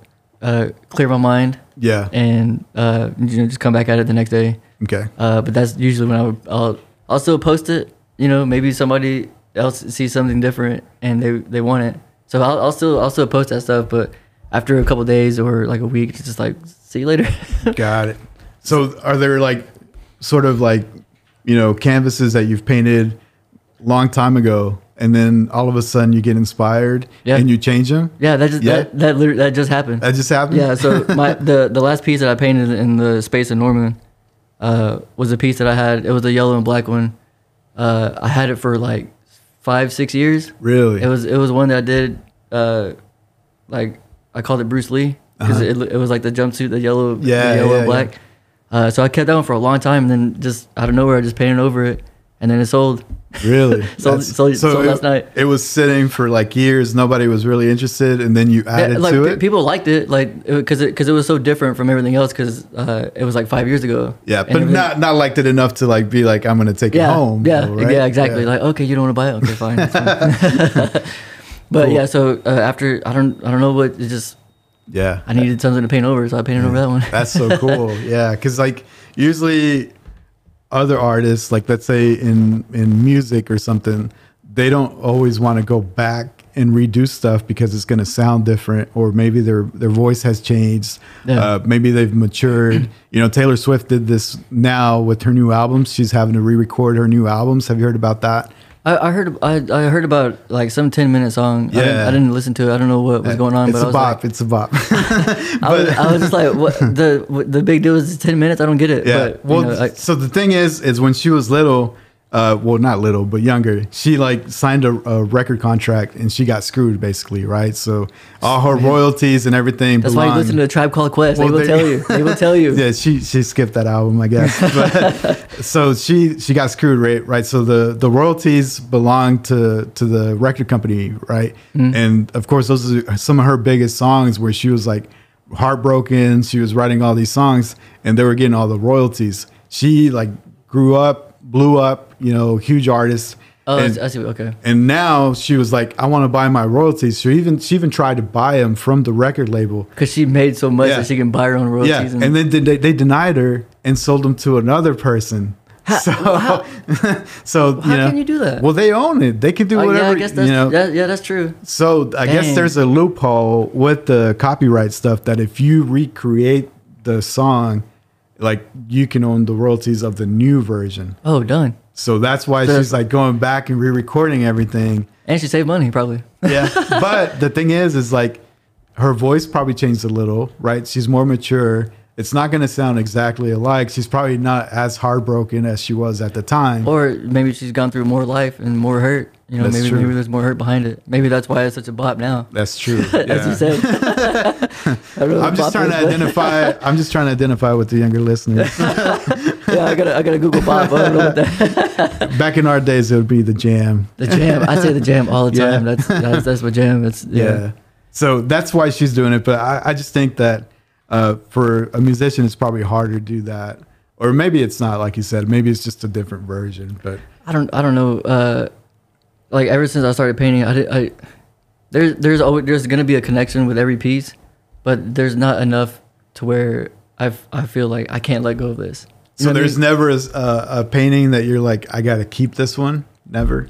Speaker 2: uh, clear my mind
Speaker 1: Yeah.
Speaker 2: and uh, you know just come back at it the next day
Speaker 1: Okay.
Speaker 2: Uh, but that's usually when I would, I'll, I'll still post it. You know, maybe somebody else sees something different and they, they want it. So I'll, I'll still I'll still post that stuff, but after a couple days or like a week, it's just like see you later. [LAUGHS]
Speaker 1: Got it. So are there like sort of like, you know, canvases that you've painted long time ago and then all of a sudden you get inspired
Speaker 2: Yeah.
Speaker 1: and you change them?
Speaker 2: yeah, that just
Speaker 1: Yeah.
Speaker 2: that that, literally, that just happened.
Speaker 1: That just happened?
Speaker 2: yeah. So my the the last piece that I painted in the space in Norman uh, was a piece that I had. It was a yellow and black one. Uh, I had it for like five six years.
Speaker 1: [LAUGHS] Really?
Speaker 2: It was [LAUGHS] it was one that I did, uh, like I called it Bruce Lee because it, it was like the jumpsuit, the yellow, the
Speaker 1: Uh-huh. Yeah,
Speaker 2: yellow
Speaker 1: yeah, yeah.
Speaker 2: and black. Uh, so I kept that one for a long time, and then just out of nowhere, I just painted over it, and then it sold.
Speaker 1: Really?
Speaker 2: [LAUGHS] Sold-
Speaker 1: That's-
Speaker 2: sold- sold
Speaker 1: it,
Speaker 2: last night.
Speaker 1: It was sitting for like years. Nobody was really interested, and then you
Speaker 2: Yeah,
Speaker 1: added
Speaker 2: like
Speaker 1: to
Speaker 2: pe-
Speaker 1: it.
Speaker 2: people liked it, like because it because it, was so different from everything else. Because uh, it was like five years ago.
Speaker 1: yeah,
Speaker 2: and
Speaker 1: but
Speaker 2: everything-
Speaker 1: not not liked it enough to like be like I'm gonna take
Speaker 2: yeah,
Speaker 1: it home.
Speaker 2: Yeah,
Speaker 1: though, right?
Speaker 2: yeah, exactly.
Speaker 1: Yeah.
Speaker 2: Like okay, you don't want to buy it. Okay, fine.
Speaker 1: [LAUGHS]
Speaker 2: it's fine. [LAUGHS] but
Speaker 1: Cool.
Speaker 2: yeah, so uh, after I don't I don't know what it just
Speaker 1: Yeah.
Speaker 2: I needed something to paint over, so I painted over that one.
Speaker 1: That's so
Speaker 2: [LAUGHS]
Speaker 1: cool. yeah, because like usually other artists, like let's say in in music or something, they don't always want to go back and redo stuff because it's going to sound different, or maybe their their voice has changed.
Speaker 2: Yeah.
Speaker 1: Uh, maybe they've matured. [CLEARS THROAT] you know, Taylor Swift did this now with her new albums. She's having to re-record her new albums. Have you heard about that?
Speaker 2: I, I heard I, I heard about like some ten minute song. I, didn't,
Speaker 1: Yeah.
Speaker 2: I didn't listen to it. I don't know what was going on,
Speaker 1: It's
Speaker 2: but I
Speaker 1: a
Speaker 2: was
Speaker 1: bop.
Speaker 2: like,
Speaker 1: it's a bop. [LAUGHS]
Speaker 2: I, was, I was just like, what the what, the big deal is it's ten minutes. I don't get it.
Speaker 1: Yeah.
Speaker 2: But, you
Speaker 1: well,
Speaker 2: know, I-
Speaker 1: so the thing is, is when she was little, uh, well, not little, but younger, she like signed a, a record contract and she got screwed basically, right? So all her royalties and everything.
Speaker 2: that's why you listen to a Tribe Called Quest.
Speaker 1: Well,
Speaker 2: they will
Speaker 1: there- [LAUGHS]
Speaker 2: tell you. They will tell you.
Speaker 1: yeah, she she skipped that album, I guess. But, so she she got screwed, right? Right. So the the royalties belong to to the record company, right? And of course, those are some of her biggest songs where she was like heartbroken. She was writing all these songs, and they were getting all the royalties. She like grew up, blew up, you know, huge artist.
Speaker 2: Oh,
Speaker 1: and,
Speaker 2: I see. Okay.
Speaker 1: and now she was like, I want to buy my royalties. So even she even tried to buy them from the record label.
Speaker 2: Because she made so much
Speaker 1: Yeah.
Speaker 2: that she can buy her own royalties.
Speaker 1: Yeah, and then they, they denied her and sold them to another person. so, [LAUGHS] so
Speaker 2: how
Speaker 1: you know,
Speaker 2: can you do that?
Speaker 1: Well, they own it. They can do
Speaker 2: Oh,
Speaker 1: whatever.
Speaker 2: yeah, I guess that's
Speaker 1: you know.
Speaker 2: that, yeah, that's true.
Speaker 1: so I guess
Speaker 2: Dang.
Speaker 1: there's a loophole with the copyright stuff that if you recreate the song, like you can own the royalties of the new version.
Speaker 2: Oh, done.
Speaker 1: So that's why
Speaker 2: So-
Speaker 1: she's like going back and re-recording everything.
Speaker 2: And she saved money probably. [LAUGHS]
Speaker 1: Yeah. but the thing is, is like her voice probably changed a little, right? She's more mature. It's not going to sound exactly alike. She's probably not as heartbroken as she was at the time.
Speaker 2: Or maybe she's gone through more life and more hurt. You know,
Speaker 1: That's
Speaker 2: maybe
Speaker 1: true.
Speaker 2: maybe there's more hurt behind it. Maybe that's why it's such a bop now.
Speaker 1: That's true.
Speaker 2: As you
Speaker 1: [LAUGHS] Yeah.
Speaker 2: said. I don't know what
Speaker 1: I'm just
Speaker 2: bop
Speaker 1: trying to
Speaker 2: is, but- [LAUGHS]
Speaker 1: identify. I'm just trying to identify with the younger listeners.
Speaker 2: yeah, I gotta I gotta Google bop. I don't know
Speaker 1: [LAUGHS]
Speaker 2: what that,
Speaker 1: Back in our days, it would be the jam.
Speaker 2: the jam. I say the jam all the
Speaker 1: Yeah.
Speaker 2: time. That's that's that's my jam. It's yeah.
Speaker 1: yeah. So that's why she's doing it. But I, I just think that uh, for a musician, it's probably harder to do that. Or maybe it's not, like you said. Maybe it's just a different version. But
Speaker 2: I don't I don't know. Uh, like ever since I started painting, I, did, I there's there's always there's gonna be a connection with every piece, but there's not enough to where I I feel like I can't let go of this. You
Speaker 1: So
Speaker 2: know what I
Speaker 1: there's
Speaker 2: mean?
Speaker 1: never a, a, a painting that you're like, I gotta keep this one. Never.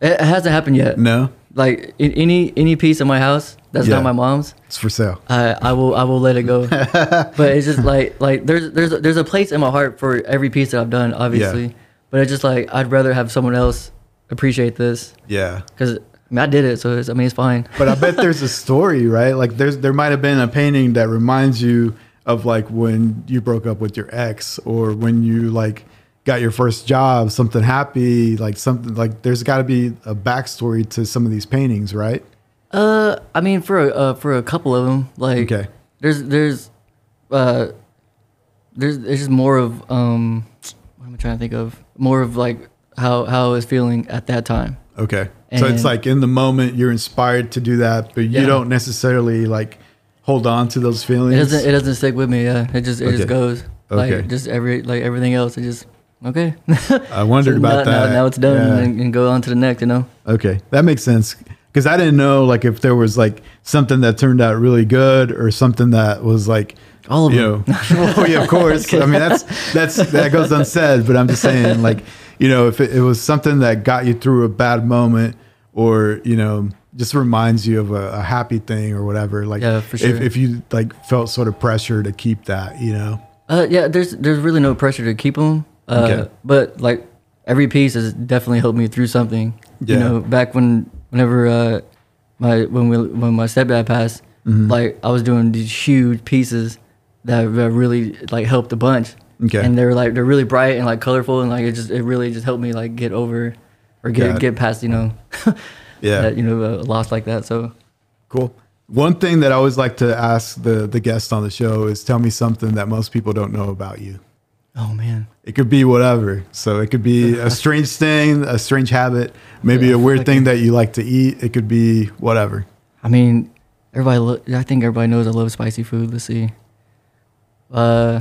Speaker 2: it, it hasn't happened yet.
Speaker 1: No,
Speaker 2: Like in, any any piece of my house that's
Speaker 1: Yeah.
Speaker 2: not my mom's,
Speaker 1: it's for sale.
Speaker 2: I I will I will let it
Speaker 1: [LAUGHS]
Speaker 2: go. but it's just like like there's there's there's a place in my heart for every piece that I've done, obviously. But it's just like I'd rather have someone else appreciate this
Speaker 1: Yeah.
Speaker 2: because I, mean, I did it, so it's, I mean it's fine.
Speaker 1: But I bet there's a story, right? Like there's there might have been a painting that reminds you of like when you broke up with your ex or when you like got your first job, something happy, like something like there's got to be a backstory to some of these paintings, right?
Speaker 2: Uh, I mean, for a, uh, for a couple of them, like
Speaker 1: Okay.
Speaker 2: there's there's uh there's there's just more of um what am I trying to think of more of like how how I was feeling at that time.
Speaker 1: Okay. so it's
Speaker 2: And-
Speaker 1: like in the moment you're inspired to do that, but you
Speaker 2: Yeah.
Speaker 1: don't necessarily like hold on to those
Speaker 2: It
Speaker 1: feelings.
Speaker 2: doesn't it doesn't stick with me. Yeah, it just it
Speaker 1: Okay.
Speaker 2: just goes
Speaker 1: Okay.
Speaker 2: like just every like everything else. It just okay. [LAUGHS]
Speaker 1: I wondered
Speaker 2: now,
Speaker 1: about that.
Speaker 2: Now, now it's done
Speaker 1: Yeah.
Speaker 2: and, and go on to the next. You know.
Speaker 1: Okay, that makes sense. Because I didn't know like if there was like something that turned out really good or something that was like
Speaker 2: All of
Speaker 1: you
Speaker 2: [LAUGHS] them.
Speaker 1: know, [LAUGHS] well, yeah, of course. I mean, that's that's that goes unsaid, but I'm just saying like you know if it, it was something that got you through a bad moment or you know just reminds you of a, a happy thing or whatever. Like
Speaker 2: Yeah, for sure.
Speaker 1: if if you like felt sort of pressure to keep that, you know.
Speaker 2: Uh, yeah, there's there's really no pressure to keep them. Uh,
Speaker 1: Okay.
Speaker 2: But like every piece has definitely helped me through something.
Speaker 1: Yeah.
Speaker 2: You know, back when whenever uh, my when we when my stepdad passed,
Speaker 1: Mm-hmm.
Speaker 2: like I was doing these huge pieces that, that really like helped a bunch.
Speaker 1: Okay.
Speaker 2: And they're like they're really bright and like colorful and like it just it really just helped me like get over or get
Speaker 1: Got it.
Speaker 2: get past you know [LAUGHS]
Speaker 1: Yeah.
Speaker 2: that, you know a loss like that. So
Speaker 1: Cool. One thing that I always like to ask the the guests on the show is tell me something that most people don't know about you.
Speaker 2: oh man,
Speaker 1: It could be whatever. So it could be a
Speaker 2: [LAUGHS]
Speaker 1: strange thing, a strange habit, maybe a weird thing that you like to eat. It could be whatever.
Speaker 2: I mean everybody. Lo- I think everybody knows I love spicy food. Let's see. Uh,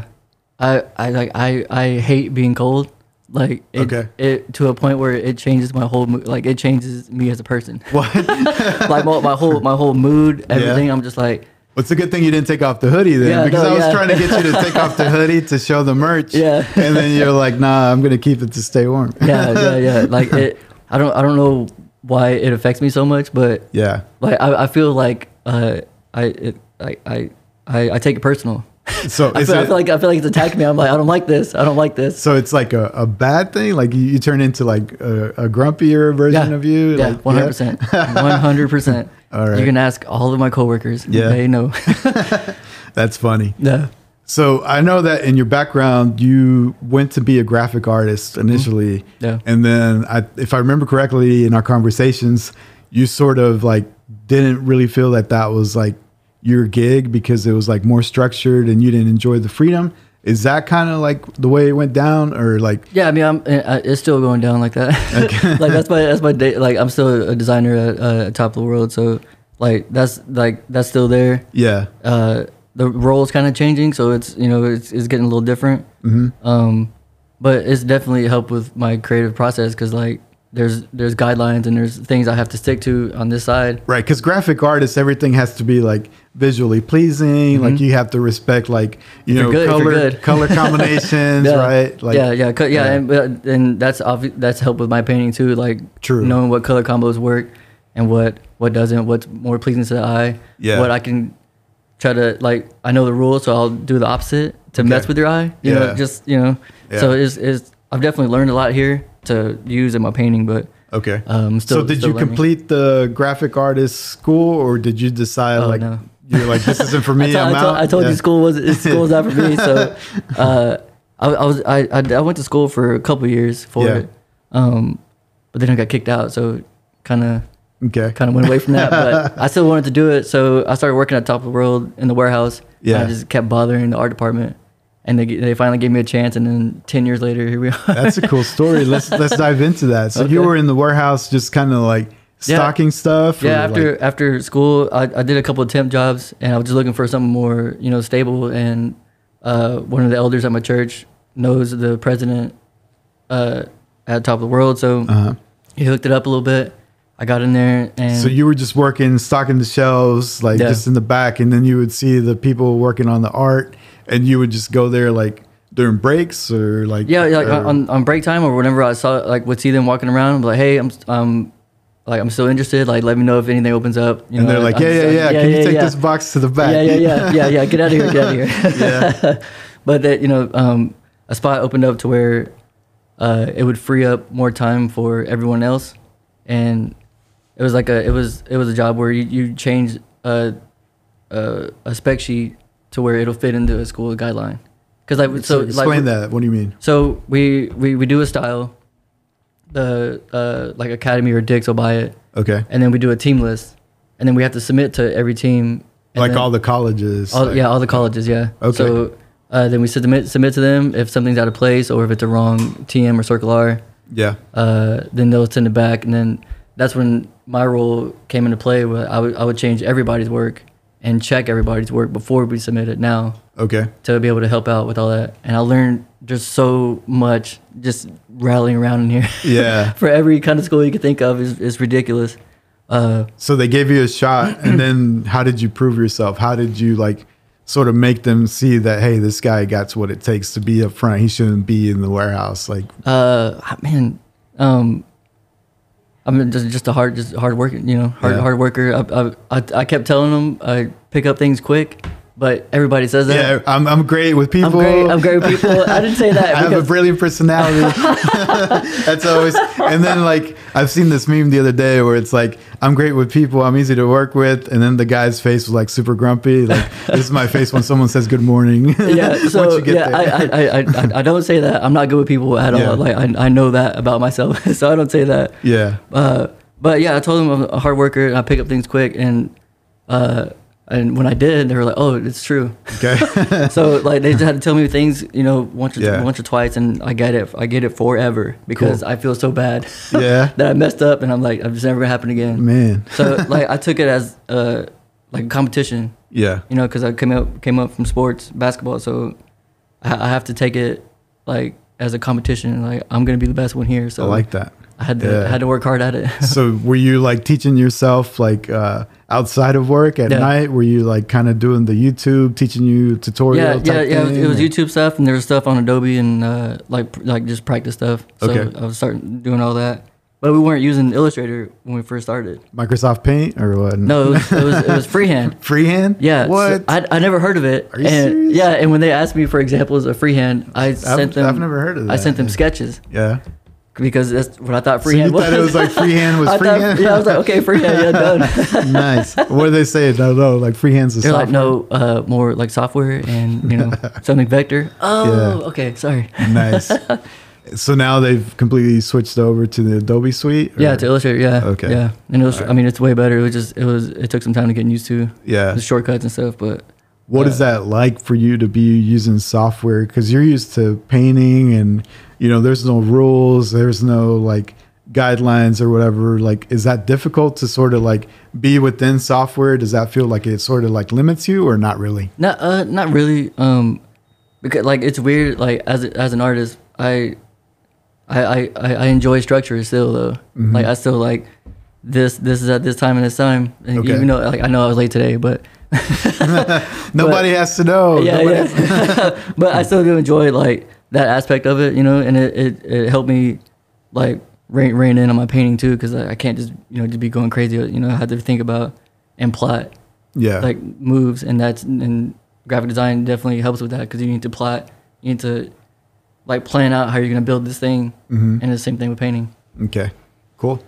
Speaker 2: I I like I I hate being cold. Like it,
Speaker 1: Okay.
Speaker 2: it to a point where it changes my whole mood. Like it changes me as a person.
Speaker 1: [LAUGHS] What?
Speaker 2: [LAUGHS] like my, my whole my whole mood, everything. I'm just like
Speaker 1: What's a good thing you didn't take off the hoodie then?
Speaker 2: Yeah,
Speaker 1: because
Speaker 2: no,
Speaker 1: I was
Speaker 2: yeah.
Speaker 1: trying to get
Speaker 2: [LAUGHS]
Speaker 1: you to take off the hoodie to show the merch.
Speaker 2: Yeah.
Speaker 1: And then you're like, nah, I'm going to keep it to stay warm.
Speaker 2: yeah yeah yeah. Like it. I don't I don't know why it affects me so much, but
Speaker 1: [LAUGHS] yeah.
Speaker 2: like I, I feel like uh, I, it, I I I I take it personal. [LAUGHS]
Speaker 1: So
Speaker 2: I
Speaker 1: is
Speaker 2: feel, I
Speaker 1: it-
Speaker 2: feel like I feel like it's attacking me. I'm like I don't like this. I don't like this.
Speaker 1: So it's like a, a bad thing. Like you, you turn into like a, a grumpier version of you.
Speaker 2: yeah,
Speaker 1: like,
Speaker 2: one hundred
Speaker 1: [LAUGHS]
Speaker 2: percent, one hundred percent.
Speaker 1: All right.
Speaker 2: You can ask all of my coworkers.
Speaker 1: Yeah. [LAUGHS]
Speaker 2: they know.
Speaker 1: That's funny.
Speaker 2: yeah,
Speaker 1: So I know that in your background, you went to be a graphic artist initially,
Speaker 2: Mm-hmm. Yeah.
Speaker 1: and then I, if I remember correctly in our conversations, you sort of like didn't really feel that that was like your gig because it was like more structured and you didn't enjoy the freedom. Is that kind of like the way it went down, or like
Speaker 2: yeah. I mean, I'm eh, I, it's still going down like that.
Speaker 1: [LAUGHS]
Speaker 2: [LAUGHS] like that's my that's my day. Like I'm still a designer at uh, top of the world. So like that's like that's still there.
Speaker 1: yeah,
Speaker 2: uh, the role's kind of changing, so it's you know it's, it's getting a little different. Mm-hmm. Um, but it's definitely helped with my creative process because like there's there's guidelines and there's things I have to stick to on this side.
Speaker 1: Right, because graphic artists, everything has to be like visually pleasing. Like you have to respect, like you
Speaker 2: Mm-hmm. If
Speaker 1: know,
Speaker 2: you're good- if you're
Speaker 1: color
Speaker 2: good. [LAUGHS]
Speaker 1: color combinations,
Speaker 2: Yeah.
Speaker 1: right? Like,
Speaker 2: yeah, yeah, co- yeah,
Speaker 1: yeah.
Speaker 2: and and, and that's obvi- that's helped with my painting too. Like
Speaker 1: True.
Speaker 2: knowing what color combos work and what what doesn't, what's more pleasing to the eye.
Speaker 1: Yeah.
Speaker 2: what I can try to like I know the rules, so I'll do the opposite to mess
Speaker 1: Okay.
Speaker 2: with your eye. You
Speaker 1: Yeah.
Speaker 2: know, just you know. So
Speaker 1: Yeah.
Speaker 2: it's, it's I've definitely learned a lot here to use in my painting, but
Speaker 1: Okay.
Speaker 2: um, still.
Speaker 1: so, did
Speaker 2: still
Speaker 1: you
Speaker 2: learning.
Speaker 1: complete the graphic artist school, or did you decide
Speaker 2: Oh,
Speaker 1: like
Speaker 2: no.
Speaker 1: you're like this isn't for me?
Speaker 2: [LAUGHS] I, told-
Speaker 1: I'm
Speaker 2: I told-
Speaker 1: out.
Speaker 2: I told
Speaker 1: Yeah.
Speaker 2: you school
Speaker 1: [LAUGHS]
Speaker 2: was it- school's not for me. So uh, I, I was I, I I went to school for a couple years for
Speaker 1: Yeah.
Speaker 2: it, um, but then I got kicked out. So kind of
Speaker 1: Okay.
Speaker 2: kind of went away from that.
Speaker 1: [LAUGHS]
Speaker 2: but I still wanted to do it, so I started working at Top of the World in the warehouse.
Speaker 1: Yeah.
Speaker 2: I just kept bothering the art department, and they they finally gave me a chance. And then ten years later, here we are.
Speaker 1: That's a cool story. Let's
Speaker 2: [LAUGHS]
Speaker 1: let's dive into that. So you
Speaker 2: Okay.
Speaker 1: were in the warehouse, just kind of like
Speaker 2: Yeah.
Speaker 1: stocking stuff.
Speaker 2: yeah,
Speaker 1: or,
Speaker 2: after
Speaker 1: like-
Speaker 2: after school, I, I did a couple of temp jobs, and I was just looking for something more, you know, stable. And uh, one of the elders at my church knows the president uh, at Top of the World, so
Speaker 1: Uh-huh.
Speaker 2: he hooked it up a little bit. I got in there, and
Speaker 1: So you were just working, stocking the shelves, like
Speaker 2: Yeah.
Speaker 1: just in the back, and then you would see the people working on the art, and you would just go there like during breaks or like
Speaker 2: yeah, yeah, like
Speaker 1: or-
Speaker 2: on, on break time or whenever I saw like would see them walking around, I'm like, hey, I'm um, like I'm still interested. Like, let me know if anything opens up. You
Speaker 1: and
Speaker 2: know,
Speaker 1: they're like,
Speaker 2: I'm
Speaker 1: yeah, yeah,
Speaker 2: just-
Speaker 1: yeah, Can you take
Speaker 2: yeah.
Speaker 1: this box to the back?
Speaker 2: Yeah,
Speaker 1: [LAUGHS]
Speaker 2: yeah, yeah, yeah, yeah. Get out of here, get out of here. [LAUGHS] but that you know um, a spot opened up to where uh, it would free up more time for everyone else and it was like a it was it was a job where you, you change a, a, a spec sheet to where it'll fit into a school guideline because like
Speaker 1: So,
Speaker 2: so like,
Speaker 1: explain that. What do you mean?
Speaker 2: so we, we we do a style the uh, like academy or dix will buy it
Speaker 1: Okay,
Speaker 2: and then we do a team list and then we have to submit to every team and
Speaker 1: like
Speaker 2: then-
Speaker 1: all the colleges.
Speaker 2: all,
Speaker 1: like-
Speaker 2: yeah, all the colleges. Yeah.
Speaker 1: Okay.
Speaker 2: So uh, then we submit submit to them if something's out of place or if it's a wrong TM or circle R.
Speaker 1: yeah.
Speaker 2: Uh, then they'll send it back, and then that's when my role came into play. Where I would I would change everybody's work and check everybody's work before we submit it now
Speaker 1: Okay.
Speaker 2: to be able to help out with all that. And I learned just so much just rallying around in here. [LAUGHS]
Speaker 1: Yeah.
Speaker 2: For every kind of school you could think of is is ridiculous. Uh,
Speaker 1: So they gave you a shot,
Speaker 2: [CLEARS THROAT]
Speaker 1: and then how did you prove yourself? How did you like sort of make them see that hey, this guy got what it takes to be up front. He shouldn't be in the warehouse. Like
Speaker 2: Uh, ah, man, um, I mean, just just a hard, just hard working, you know, hard
Speaker 1: Yeah.
Speaker 2: hard worker. I, I I I kept telling them I pick up things quick, but everybody says that.
Speaker 1: Yeah, I'm, I'm great with people.
Speaker 2: I'm great. I'm great with people. I didn't say that.
Speaker 1: [LAUGHS] I have a
Speaker 2: because-
Speaker 1: brilliant
Speaker 2: [LAUGHS]
Speaker 1: personality. [LAUGHS] That's always. And then like I've seen this meme the other day where it's like I'm great with people. I'm easy to work with. And then the guy's face was like super grumpy. Like this is my face when someone says good morning. [LAUGHS]
Speaker 2: yeah. So yeah, I,
Speaker 1: there.
Speaker 2: I, I, I, I don't say that. I'm not good with people at
Speaker 1: Yeah.
Speaker 2: all. Like I, I know that about myself, [LAUGHS] so I don't say that.
Speaker 1: yeah.
Speaker 2: Uh, but yeah, I told them I'm a hard worker and I pick up things quick. And uh, and when I did, they were like, "Oh, it's true." [LAUGHS]
Speaker 1: Okay.
Speaker 2: so like they just had to tell me things, you know, once or
Speaker 1: Yeah.
Speaker 2: once or twice, and I get it. I get it forever because
Speaker 1: Cool.
Speaker 2: I feel so bad [LAUGHS]
Speaker 1: Yeah.
Speaker 2: that I messed up, and I'm like, I'm just never gonna happen again.
Speaker 1: Man.
Speaker 2: so like I took it as uh, like a competition,
Speaker 1: Yeah.
Speaker 2: you know, because I came up came up from sports basketball, so I, I have to take it like as a competition. Like I'm gonna be the best one here. So
Speaker 1: I like that.
Speaker 2: I had to
Speaker 1: yeah.
Speaker 2: I had to work hard at it. [LAUGHS]
Speaker 1: so were you like teaching yourself like uh, outside of work at
Speaker 2: Yeah.
Speaker 1: night? Were you like kind of doing the YouTube teaching you tutorial?
Speaker 2: yeah, yeah,
Speaker 1: type
Speaker 2: yeah. It was, it was
Speaker 1: thing, or-
Speaker 2: YouTube stuff, and there was stuff on Adobe and uh, like pr- like just practice stuff. So
Speaker 1: Okay.
Speaker 2: I was starting doing all that, but we weren't using Illustrator when we first started.
Speaker 1: Microsoft Paint or what?
Speaker 2: No, it was it was,
Speaker 1: [LAUGHS]
Speaker 2: it was freehand.
Speaker 1: freehand.
Speaker 2: Yeah, so
Speaker 1: what?
Speaker 2: I, I never heard of it.
Speaker 1: Are you
Speaker 2: and,
Speaker 1: serious?
Speaker 2: Yeah, and when they asked me for examples of freehand, I sent them.
Speaker 1: I've never heard of
Speaker 2: I
Speaker 1: that.
Speaker 2: sent them sketches
Speaker 1: yeah.
Speaker 2: because that's what I thought
Speaker 1: So you
Speaker 2: freehand was.
Speaker 1: thought it was
Speaker 2: [LAUGHS]
Speaker 1: like freehand was
Speaker 2: I thought-
Speaker 1: freehand?
Speaker 2: yeah, I was like, okay, freehand,
Speaker 1: [LAUGHS]
Speaker 2: yeah, done.
Speaker 1: nice. What do they say? No, no, like freehand's a
Speaker 2: They're like,
Speaker 1: software.
Speaker 2: no, uh, more like software
Speaker 1: [LAUGHS]
Speaker 2: and you know something vector. Oh,
Speaker 1: Yeah.
Speaker 2: okay, sorry. [LAUGHS]
Speaker 1: Nice. So now they've completely switched over to the Adobe suite.
Speaker 2: Yeah,
Speaker 1: or-
Speaker 2: to illustrate. Yeah.
Speaker 1: Okay.
Speaker 2: Yeah, and Illustrator.
Speaker 1: Alright.
Speaker 2: I mean, it's way better. It was just it was it took some time to get used to
Speaker 1: yeah.
Speaker 2: the shortcuts and stuff, but
Speaker 1: What
Speaker 2: Yeah.
Speaker 1: is that like for you to be using software? Because you're used to painting, and you know, there's no rules, there's no like guidelines or whatever. Like, is that difficult to sort of like be within software? Does that feel like it sort of like limits you, or not really?
Speaker 2: not uh not really um because like it's weird like as a- as an artist I I I I I enjoy structure still though
Speaker 1: Mm-hmm.
Speaker 2: like I still like this this is at this time and this time and
Speaker 1: Okay.
Speaker 2: even though like I know I was late today but
Speaker 1: Nobody has to know.
Speaker 2: yeah,
Speaker 1: Nobody-
Speaker 2: [LAUGHS] yeah. but I still do enjoy like that aspect of it, you know, and it, it, it helped me like rein, rein in on my painting too, because I, I can't just you know just be going crazy, you know, I had to think about and plot
Speaker 1: yeah.
Speaker 2: like moves, and that's and graphic design definitely helps with that because you need to plot, you need to like plan out how you're gonna build this thing,
Speaker 1: Mhm.
Speaker 2: and the same thing with painting.
Speaker 1: Okay, cool.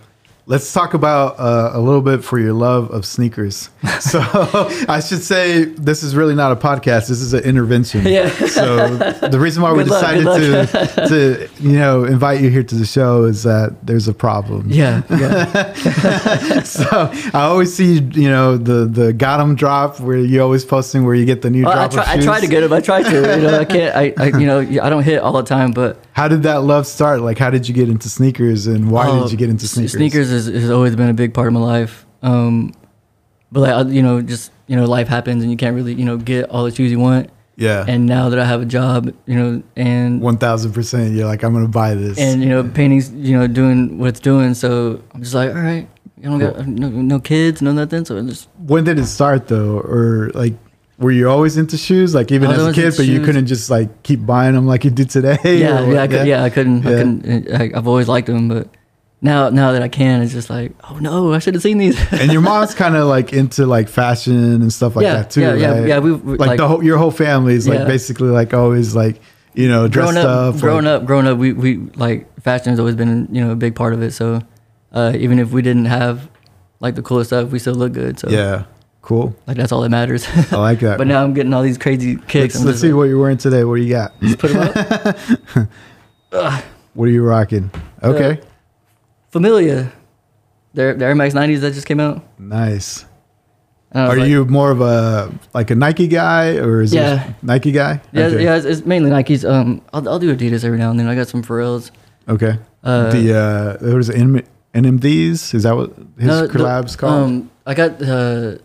Speaker 1: Let's talk about uh, a little bit for your love of sneakers. [LAUGHS] So I should say this is really not a podcast. This is an intervention.
Speaker 2: [LAUGHS] [LAUGHS] Yeah.
Speaker 1: So the reason why we
Speaker 2: Good luck, [LAUGHS]
Speaker 1: decided
Speaker 2: good
Speaker 1: to to you know invite you here to the show is that there's a problem.
Speaker 2: Yeah,
Speaker 1: [LAUGHS]
Speaker 2: yeah,
Speaker 1: So I always see you know the the got 'em drop where you're always posting where you get the new
Speaker 2: Well, I
Speaker 1: drop.
Speaker 2: try,
Speaker 1: of
Speaker 2: I try to
Speaker 1: shoes.
Speaker 2: get them. I try to. You know, I can't. I, I, you know, I don't hit all the time, but
Speaker 1: How did that love start? Like how did you get into sneakers and why
Speaker 2: Oh,
Speaker 1: did you get into
Speaker 2: s-
Speaker 1: sneakers?
Speaker 2: Sneakers has, has always been a big part of my life. Um, but like I- you know, just you know, life happens and you can't really you know get all the shoes you want.
Speaker 1: Yeah.
Speaker 2: And now that I have a job, you know, and
Speaker 1: One thousand percent. You're like I'm gonna buy this.
Speaker 2: and you know, paintings, you know, doing what it's doing. So I'm just like, all right, you don't
Speaker 1: Cool.
Speaker 2: got no, no kids, no nothing. So I just
Speaker 1: when did it start though or like were you always into shoes like even
Speaker 2: I was
Speaker 1: as a
Speaker 2: always
Speaker 1: kid but
Speaker 2: into
Speaker 1: you
Speaker 2: shoes.
Speaker 1: couldn't just like keep buying them like you do today [LAUGHS]
Speaker 2: yeah,
Speaker 1: or
Speaker 2: yeah, I
Speaker 1: what?
Speaker 2: could, yeah, I couldn't, I
Speaker 1: Yeah.
Speaker 2: couldn't. I, I've always liked them, but now now that I can, it's just like, oh no, I should have seen these.
Speaker 1: and your mom's kind of like into like fashion and stuff like
Speaker 2: Yeah,
Speaker 1: that too
Speaker 2: yeah, yeah,
Speaker 1: right?
Speaker 2: yeah, we- we-
Speaker 1: like, the
Speaker 2: like-
Speaker 1: whole your whole family's like
Speaker 2: Yeah.
Speaker 1: basically like always like you know dressed
Speaker 2: growing up,
Speaker 1: up
Speaker 2: growing
Speaker 1: like,
Speaker 2: up, growing up, we, we like fashion has always been you know a big part of it. So uh, even if we didn't have like the coolest stuff, we still look good. So
Speaker 1: yeah cool
Speaker 2: like that's all that matters.
Speaker 1: [LAUGHS] i like that
Speaker 2: [LAUGHS] but now I'm getting all these crazy kicks.
Speaker 1: let's, let's see what you're wearing today what do you got
Speaker 2: put them
Speaker 1: [LAUGHS]
Speaker 2: up.
Speaker 1: what are you rocking
Speaker 2: Uh,
Speaker 1: okay
Speaker 2: Familia, the the Air Max 90s that just came out.
Speaker 1: nice
Speaker 2: And I was
Speaker 1: are
Speaker 2: like-
Speaker 1: you more of a like a nike guy or is
Speaker 2: Yeah.
Speaker 1: it nike guy
Speaker 2: Yeah,
Speaker 1: okay.
Speaker 2: yeah. It's, it's mainly Nikes. Um, I'll, I'll do Adidas every now and then. I got some Pharrells.
Speaker 1: Okay.
Speaker 2: Uh,
Speaker 1: the uh, what is it? NM- NMDs? Is that what his
Speaker 2: No, the-
Speaker 1: collabs called?
Speaker 2: Um, I got uh,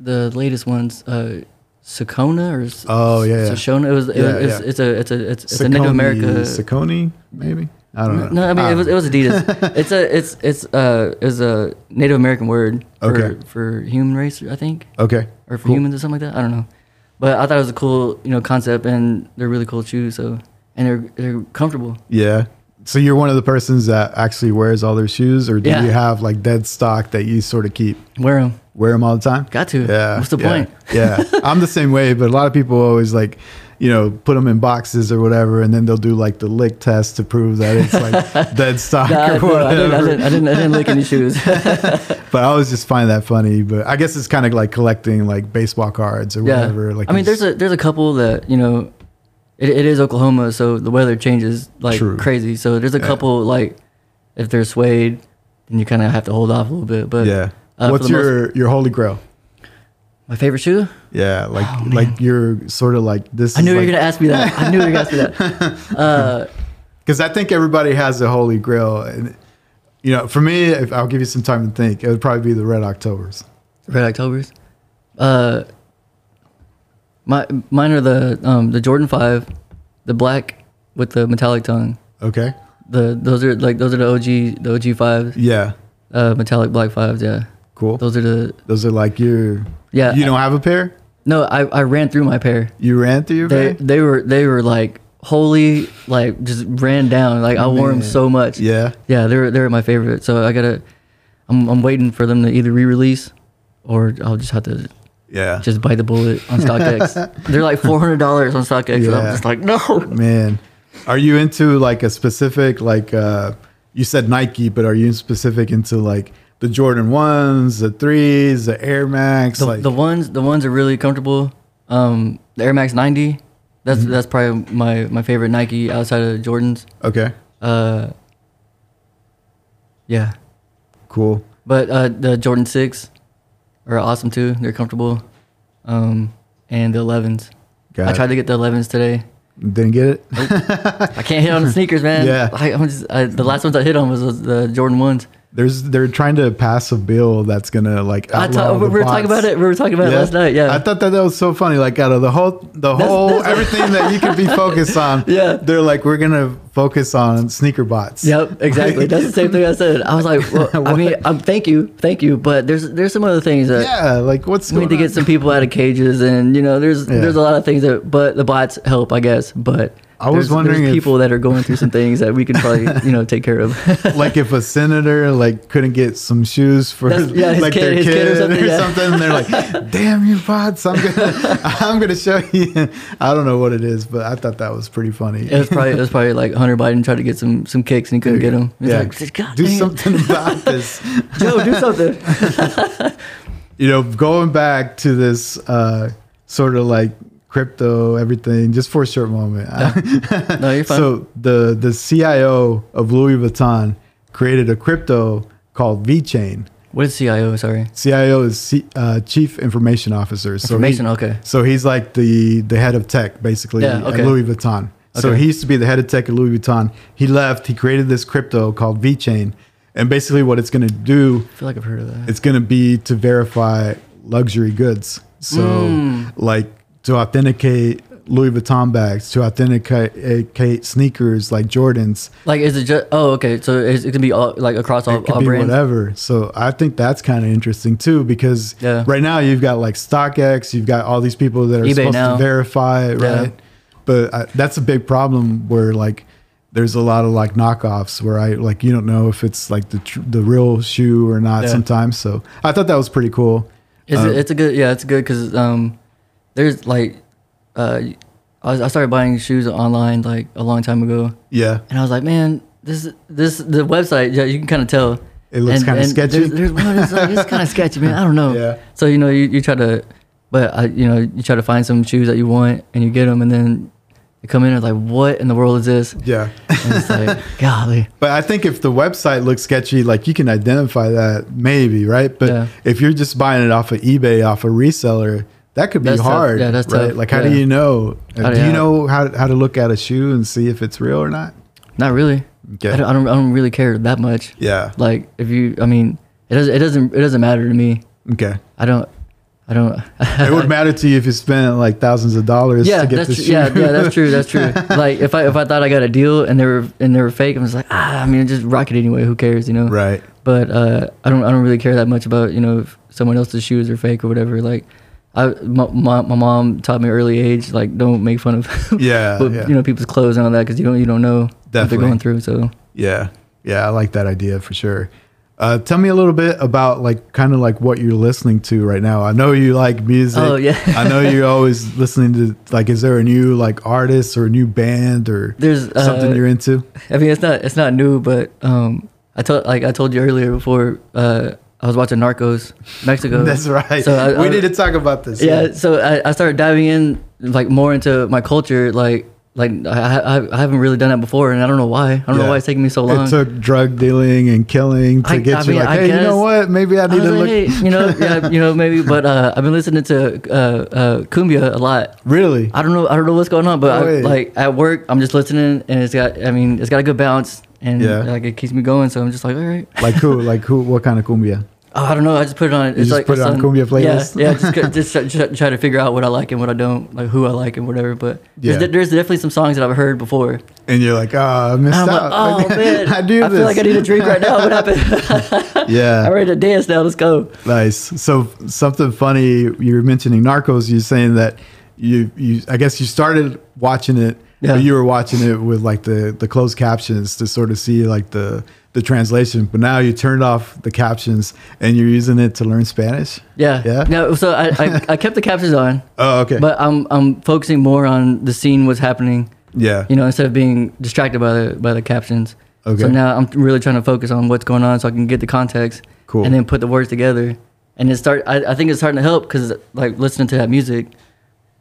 Speaker 2: the latest ones. Uh, Sakona or S-
Speaker 1: Oh, yeah, yeah.
Speaker 2: Soshona. It was, it
Speaker 1: Yeah,
Speaker 2: was it's,
Speaker 1: yeah.
Speaker 2: it's a it's a it's, it's a Native America.
Speaker 1: Saucony, maybe. I don't know. Ah.
Speaker 2: No, I mean it was it
Speaker 1: [LAUGHS]
Speaker 2: was Adidas. it's a it's it's uh is a Native American word for
Speaker 1: Okay.
Speaker 2: for human race, I think,
Speaker 1: okay.
Speaker 2: or for
Speaker 1: Cool.
Speaker 2: humans or something like that. I don't know, but I thought it was a cool you know concept, and they're really cool shoes. So and they're they're comfortable.
Speaker 1: Yeah. So you're one of the persons that actually wears all their shoes, or do
Speaker 2: Yeah.
Speaker 1: you have like dead stock that you sort of keep?
Speaker 2: Wear them.
Speaker 1: wear them all the time.
Speaker 2: Got to.
Speaker 1: Yeah.
Speaker 2: What's the
Speaker 1: yeah,
Speaker 2: point? [LAUGHS]
Speaker 1: Yeah. I'm the same way, but a lot of people always like, you know, put them in boxes or whatever, and then they'll do like the lick test to prove that it's
Speaker 2: [LAUGHS]
Speaker 1: like dead stock
Speaker 2: Nah,
Speaker 1: or
Speaker 2: no, I,
Speaker 1: whatever.
Speaker 2: didn't, I, didn't, I didn't. I didn't lick any
Speaker 1: [LAUGHS]
Speaker 2: shoes.
Speaker 1: But I always just find that funny. But I guess it's kind of like collecting like baseball cards or whatever. Like
Speaker 2: I mean,
Speaker 1: you
Speaker 2: there's
Speaker 1: s-
Speaker 2: a there's a couple that you know, it, it is Oklahoma, so the weather changes like
Speaker 1: True.
Speaker 2: crazy. So there's a couple like if they're suede, then you kind of have to hold off a little bit. But
Speaker 1: yeah.
Speaker 2: uh, for
Speaker 1: What's
Speaker 2: the most-
Speaker 1: your your holy grail?
Speaker 2: my favorite shoe?
Speaker 1: Yeah, like like you're sort of like this.
Speaker 2: Oh, I knew you were
Speaker 1: like,
Speaker 2: gonna ask me that. I knew you were gonna ask me that.
Speaker 1: [LAUGHS]
Speaker 2: Uh,
Speaker 1: because I think everybody has a holy grail, and you know, for me, if I'll give you some time to think, it would probably be the Red Octobers.
Speaker 2: Red Octobers. Uh, my mine are the um, the Jordan Five, the black with the metallic tongue.
Speaker 1: Okay.
Speaker 2: The those are like those are the OG the OG fives,
Speaker 1: Yeah.
Speaker 2: uh, metallic black fives. Yeah,
Speaker 1: Cool.
Speaker 2: those are the
Speaker 1: Those are like your.
Speaker 2: yeah.
Speaker 1: You don't have a pair.
Speaker 2: No, I, I ran through my pair.
Speaker 1: You ran through your
Speaker 2: They
Speaker 1: pair.
Speaker 2: they were they were like holy like just ran down. Like I wore them
Speaker 1: Man.
Speaker 2: so much.
Speaker 1: Yeah.
Speaker 2: yeah, they're they're my favorite. So I gotta, I'm I'm waiting for them to either re-release, or I'll just have to
Speaker 1: Yeah.
Speaker 2: just bite the bullet
Speaker 1: [LAUGHS]
Speaker 2: on StockX. they're like four hundred dollars on StockX. And I'm
Speaker 1: Yeah.
Speaker 2: just like no.
Speaker 1: Man, are you into like a specific like? uh You said Nike, but are you specific into like the Jordan ones, the threes, the Air Max?
Speaker 2: The,
Speaker 1: like,
Speaker 2: the ones the ones are really comfortable. Um, the Air Max ninety. That's
Speaker 1: Mm-hmm.
Speaker 2: that's probably my my favorite Nike outside of Jordans.
Speaker 1: okay,
Speaker 2: Uh, yeah.
Speaker 1: cool.
Speaker 2: But uh, the Jordan six are awesome too. They're comfortable. Um, and the 11s.
Speaker 1: Got
Speaker 2: I
Speaker 1: it.
Speaker 2: tried to get the 11s today.
Speaker 1: Didn't get it.
Speaker 2: I can't hit on the
Speaker 1: [LAUGHS]
Speaker 2: sneakers, man.
Speaker 1: Yeah.
Speaker 2: I, I'm just, I, the last ones I hit on was, was the Jordan ones.
Speaker 1: There's they're trying to pass a bill that's gonna like.
Speaker 2: I
Speaker 1: outlaw
Speaker 2: ta- Uh, we
Speaker 1: the
Speaker 2: were talking
Speaker 1: bots.
Speaker 2: about it. We were talking about it last night. Yeah.
Speaker 1: I thought that that was so funny. Like out of the whole, the whole everything that you could
Speaker 2: [LAUGHS]
Speaker 1: be focused on.
Speaker 2: Yeah.
Speaker 1: they're like we're gonna focus on sneaker bots.
Speaker 2: Yep, exactly. That's the same thing I said. I was like, well, I mean, um, thank you, thank you, but there's there's some other things that
Speaker 1: [LAUGHS] Yeah, like what's
Speaker 2: we
Speaker 1: going
Speaker 2: need to
Speaker 1: on?
Speaker 2: get some people out of cages, and you know, there's
Speaker 1: Yeah.
Speaker 2: there's a lot of things that, but the bots help, I guess. But
Speaker 1: I was
Speaker 2: there's-
Speaker 1: wondering if-
Speaker 2: there's people that are going through some things that we can probably you know take care of.
Speaker 1: [LAUGHS] like if a senator like couldn't get some shoes for
Speaker 2: That's- yeah,
Speaker 1: [LAUGHS]
Speaker 2: his
Speaker 1: like
Speaker 2: kid-
Speaker 1: their
Speaker 2: his
Speaker 1: kid,
Speaker 2: kid or
Speaker 1: or something,
Speaker 2: something, yeah.
Speaker 1: and they're
Speaker 2: [LAUGHS]
Speaker 1: like, "Damn you, bots! I'm gonna, [LAUGHS] I'm gonna show you." [LAUGHS] I don't know what it is, but I thought that was pretty funny.
Speaker 2: It was probably it was probably like Hunter Biden tried to get some some kicks and he couldn't get them. He's
Speaker 1: yeah,
Speaker 2: like, God,
Speaker 1: do
Speaker 2: dang it.
Speaker 1: something
Speaker 2: [LAUGHS]
Speaker 1: about this.
Speaker 2: Joe, [LAUGHS] do something.
Speaker 1: you know, going back to this uh, sort of like crypto everything, just for a short moment. [LAUGHS]
Speaker 2: No, you're fine.
Speaker 1: so the the CIO of Louis Vuitton created a crypto called VChain.
Speaker 2: what is CIO? Sorry,
Speaker 1: CIO is C, uh, Chief Information Officer. So
Speaker 2: information.
Speaker 1: He,
Speaker 2: okay,
Speaker 1: so he's like the the head of tech basically
Speaker 2: Yeah,
Speaker 1: at
Speaker 2: okay.
Speaker 1: Louis Vuitton. So
Speaker 2: Okay.
Speaker 1: he used to be the head of tech at Louis Vuitton. He left. He created this crypto called VChain, and basically what it's going to do
Speaker 2: I feel like I've heard of that.
Speaker 1: Mm. it's going to be to verify luxury goods. So,
Speaker 2: Mm.
Speaker 1: like to authenticate Louis Vuitton bags, to authenticate sneakers like Jordans,
Speaker 2: Like, is it just? Oh, okay. So it's, it can be all like across all,
Speaker 1: it could
Speaker 2: all
Speaker 1: be
Speaker 2: brands.
Speaker 1: whatever. So, I think that's kind of interesting too because
Speaker 2: Yeah.
Speaker 1: right now you've got like StockX, you've got all these people that are
Speaker 2: eBay
Speaker 1: supposed
Speaker 2: now.
Speaker 1: to verify it,
Speaker 2: Yeah.
Speaker 1: right? But I, that's a big problem where like there's a lot of like knockoffs where I like you don't know if it's like the tr- the real shoe or not
Speaker 2: Yeah.
Speaker 1: sometimes. So, I thought that was pretty cool.
Speaker 2: It's,
Speaker 1: Um,
Speaker 2: it's a good, yeah, it's good because um, there's like, uh, I, was- I started buying shoes online like a long time ago,
Speaker 1: Yeah.
Speaker 2: and I was like, man, this this the website, yeah, you can kind of tell.
Speaker 1: It looks
Speaker 2: And-
Speaker 1: kinda
Speaker 2: and
Speaker 1: sketchy.
Speaker 2: There's, there's one that's like, it's kind of sketchy, man. I don't know.
Speaker 1: Yeah.
Speaker 2: So you know, you, you try to, but I, you know, you try to find some shoes that you want, and you get them, and then you come in and like, what in the world is this? And
Speaker 1: Yeah.
Speaker 2: it's
Speaker 1: [LAUGHS]
Speaker 2: like, golly,
Speaker 1: But I think if the website looks sketchy, like you can identify that maybe, right? But
Speaker 2: Yeah.
Speaker 1: if you're just buying it off of eBay, off a reseller, that could be
Speaker 2: That's tough.
Speaker 1: hard.
Speaker 2: Yeah, that's
Speaker 1: right?
Speaker 2: tough.
Speaker 1: Like, how do
Speaker 2: Yeah.
Speaker 1: you know?
Speaker 2: How
Speaker 1: do
Speaker 2: do-
Speaker 1: you
Speaker 2: yeah.
Speaker 1: know how, how to look at a shoe and see if it's real or not?
Speaker 2: not really.
Speaker 1: Okay.
Speaker 2: I don't, I don't, I don't really care that much.
Speaker 1: Yeah.
Speaker 2: like if you i mean it doesn't it doesn't it doesn't matter to me [LAUGHS]
Speaker 1: Okay.
Speaker 2: i don't i don't
Speaker 1: It
Speaker 2: [LAUGHS]
Speaker 1: would matter to you if you spent like thousands of dollars
Speaker 2: yeah
Speaker 1: to get
Speaker 2: that's
Speaker 1: this
Speaker 2: true.
Speaker 1: shoe.
Speaker 2: yeah
Speaker 1: [LAUGHS]
Speaker 2: yeah that's true that's true like if i if i thought i got a deal and they were and they were fake i'm just like ah i mean just rock it anyway who cares you know
Speaker 1: right.
Speaker 2: but uh i don't i don't really care that much about you know if someone else's shoes are fake or whatever like I, my, my, my mom taught me early age like don't make fun of [LAUGHS]
Speaker 1: Yeah,
Speaker 2: but
Speaker 1: yeah.
Speaker 2: you know people's clothes and all that because you don't you don't know what
Speaker 1: Definitely.
Speaker 2: they're going through so
Speaker 1: Yeah. Yeah, I like that idea for sure. Uh, tell me a little bit about like kind of like what you're listening to right now. I know you like music.
Speaker 2: Oh, yeah.
Speaker 1: I know you're
Speaker 2: [LAUGHS]
Speaker 1: always listening to like is there a new like artist or a new band or
Speaker 2: There's, uh,
Speaker 1: something you're into?
Speaker 2: I mean, it's not it's not new, but um, I told like I told you earlier before uh, I was watching Narcos
Speaker 1: [LAUGHS]
Speaker 2: Mexico.
Speaker 1: That's right.
Speaker 2: So I,
Speaker 1: we
Speaker 2: I-
Speaker 1: need to talk about this.
Speaker 2: Yeah, so I, I started diving in like more into my culture, like like I, I, I haven't really done that before, and I don't know why. I don't
Speaker 1: Yeah.
Speaker 2: know why it's taking me so long.
Speaker 1: It took drug dealing and killing to
Speaker 2: I-
Speaker 1: get
Speaker 2: I
Speaker 1: you
Speaker 2: mean,
Speaker 1: like,
Speaker 2: I
Speaker 1: hey, you know
Speaker 2: guess-
Speaker 1: what? Maybe I
Speaker 2: I
Speaker 1: need
Speaker 2: was
Speaker 1: to
Speaker 2: like,
Speaker 1: look.
Speaker 2: hey, you know, yeah, you know,
Speaker 1: [LAUGHS]
Speaker 2: maybe, but uh, I've been listening to uh, uh, cumbia a lot. [LAUGHS]
Speaker 1: Really?
Speaker 2: I don't know. I don't know what's going on, but
Speaker 1: No
Speaker 2: I,
Speaker 1: way.
Speaker 2: like at work, I'm just listening, and it's got. I mean, it's got a good bounce, and
Speaker 1: Yeah.
Speaker 2: like it keeps me going. So I'm just like, all right.
Speaker 1: like who? Like who? What kind of cumbia?
Speaker 2: Oh, I don't know. I just put it on. It's
Speaker 1: just
Speaker 2: like
Speaker 1: put it
Speaker 2: it's
Speaker 1: on cumbia playlist?
Speaker 2: Yeah,
Speaker 1: [LAUGHS]
Speaker 2: yeah just, c- just, try- just try to figure out what I like and what I don't, like who I like and whatever. But
Speaker 1: Yeah.
Speaker 2: there's, de- there's definitely some songs that I've heard before.
Speaker 1: And you're like, ah, I missed
Speaker 2: And I'm
Speaker 1: out. [LAUGHS]
Speaker 2: like, oh man,
Speaker 1: I do this.
Speaker 2: feel like I need a drink right now.
Speaker 1: [LAUGHS]
Speaker 2: What happened? [LAUGHS]
Speaker 1: yeah.
Speaker 2: I'm ready to dance now. Let's go.
Speaker 1: Nice. So something funny you were mentioning Narcos. You're saying that you you I guess you started watching it,
Speaker 2: Yeah.
Speaker 1: but you were watching it with like the the closed captions to sort of see like the the translation. But now you turned off the captions and you're using it to learn Spanish.
Speaker 2: Yeah.
Speaker 1: Yeah?
Speaker 2: No. So I,
Speaker 1: [LAUGHS]
Speaker 2: I, I kept the captions on,
Speaker 1: Oh, okay.
Speaker 2: but I'm I'm focusing more on the scene, what's happening.
Speaker 1: yeah,
Speaker 2: You know, instead of being distracted by the by the captions.
Speaker 1: Okay.
Speaker 2: So now I'm really trying to focus on what's going on, so I can get the context.
Speaker 1: Cool.
Speaker 2: And then put the words together, and it start. I, I think it's starting to help because like listening to that music,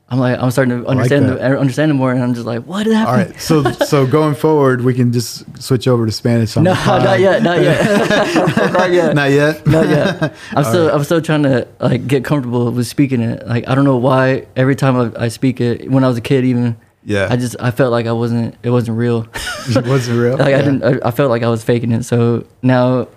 Speaker 2: I'm like I'm starting to understand
Speaker 1: that.
Speaker 2: the, I understand it more, and I'm just like, what did
Speaker 1: All
Speaker 2: happen?
Speaker 1: right. So so going forward, we can just switch over to Spanish. On
Speaker 2: [LAUGHS] No,
Speaker 1: the pod.
Speaker 2: not yet,
Speaker 1: [LAUGHS]
Speaker 2: not yet, [LAUGHS] not yet.
Speaker 1: Not yet. [LAUGHS]
Speaker 2: Not yet. I'm still I'm still trying to like get comfortable with speaking it. Like I don't know why every time I, I speak it when I was a kid even
Speaker 1: Yeah.
Speaker 2: I just I felt like I wasn't it
Speaker 1: [LAUGHS]
Speaker 2: wasn't real.
Speaker 1: it wasn't real.
Speaker 2: like
Speaker 1: yeah.
Speaker 2: I didn't I, I felt like I was faking it. So now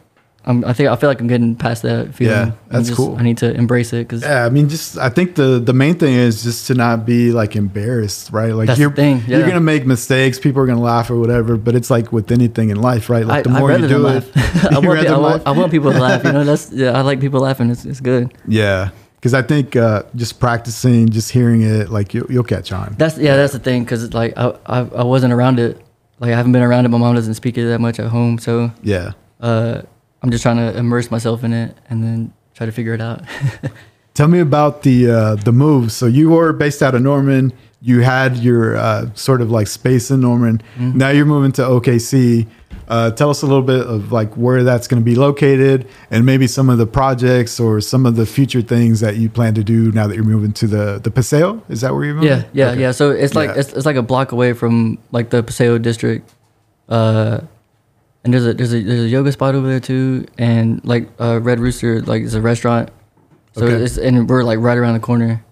Speaker 2: I'm I think I feel like I'm getting past that feeling.
Speaker 1: Yeah,
Speaker 2: I'm
Speaker 1: that's
Speaker 2: just-
Speaker 1: cool.
Speaker 2: I need to embrace it because
Speaker 1: Yeah, I mean, just I think the the main thing is just to not be like embarrassed, right? Like
Speaker 2: That's the
Speaker 1: you're
Speaker 2: thing,
Speaker 1: you're
Speaker 2: yeah.
Speaker 1: gonna make mistakes, people are gonna laugh or whatever. But it's like with anything in life, right?
Speaker 2: I,
Speaker 1: Like
Speaker 2: I rather than laugh. [LAUGHS]
Speaker 1: [LAUGHS]
Speaker 2: I,
Speaker 1: you
Speaker 2: want,
Speaker 1: rather
Speaker 2: pe- I,
Speaker 1: laugh.
Speaker 2: want, I want people to laugh. You know, that's yeah. I like people laughing. It's it's good.
Speaker 1: yeah, because I think uh, just practicing, just hearing it, like you, you'll catch on.
Speaker 2: That's yeah, that's the thing because like I, I I wasn't around it. Like I haven't been around it. My mom doesn't speak it that much at home, so
Speaker 1: Yeah,
Speaker 2: uh, I'm just trying to immerse myself in it and then try to figure it out. [LAUGHS]
Speaker 1: tell me about the uh, the move. So you were based out of Norman. You had your uh, sort of like space in Norman.
Speaker 2: Mm-hmm.
Speaker 1: Now you're moving to OKC. Uh, tell us a little bit of like where that's going to be located, and maybe some of the projects or some of the future things that you plan to do now that you're moving to the the Paseo. Is that where you're moving?
Speaker 2: yeah, yeah,
Speaker 1: Okay.
Speaker 2: yeah. So it's like
Speaker 1: Yeah.
Speaker 2: it's, it's like a block away from like the Paseo district, uh, and there's a there's a there's a yoga spot over there too, and like uh, Red Rooster like is a restaurant. So
Speaker 1: Okay.
Speaker 2: it's and we're like right around the corner,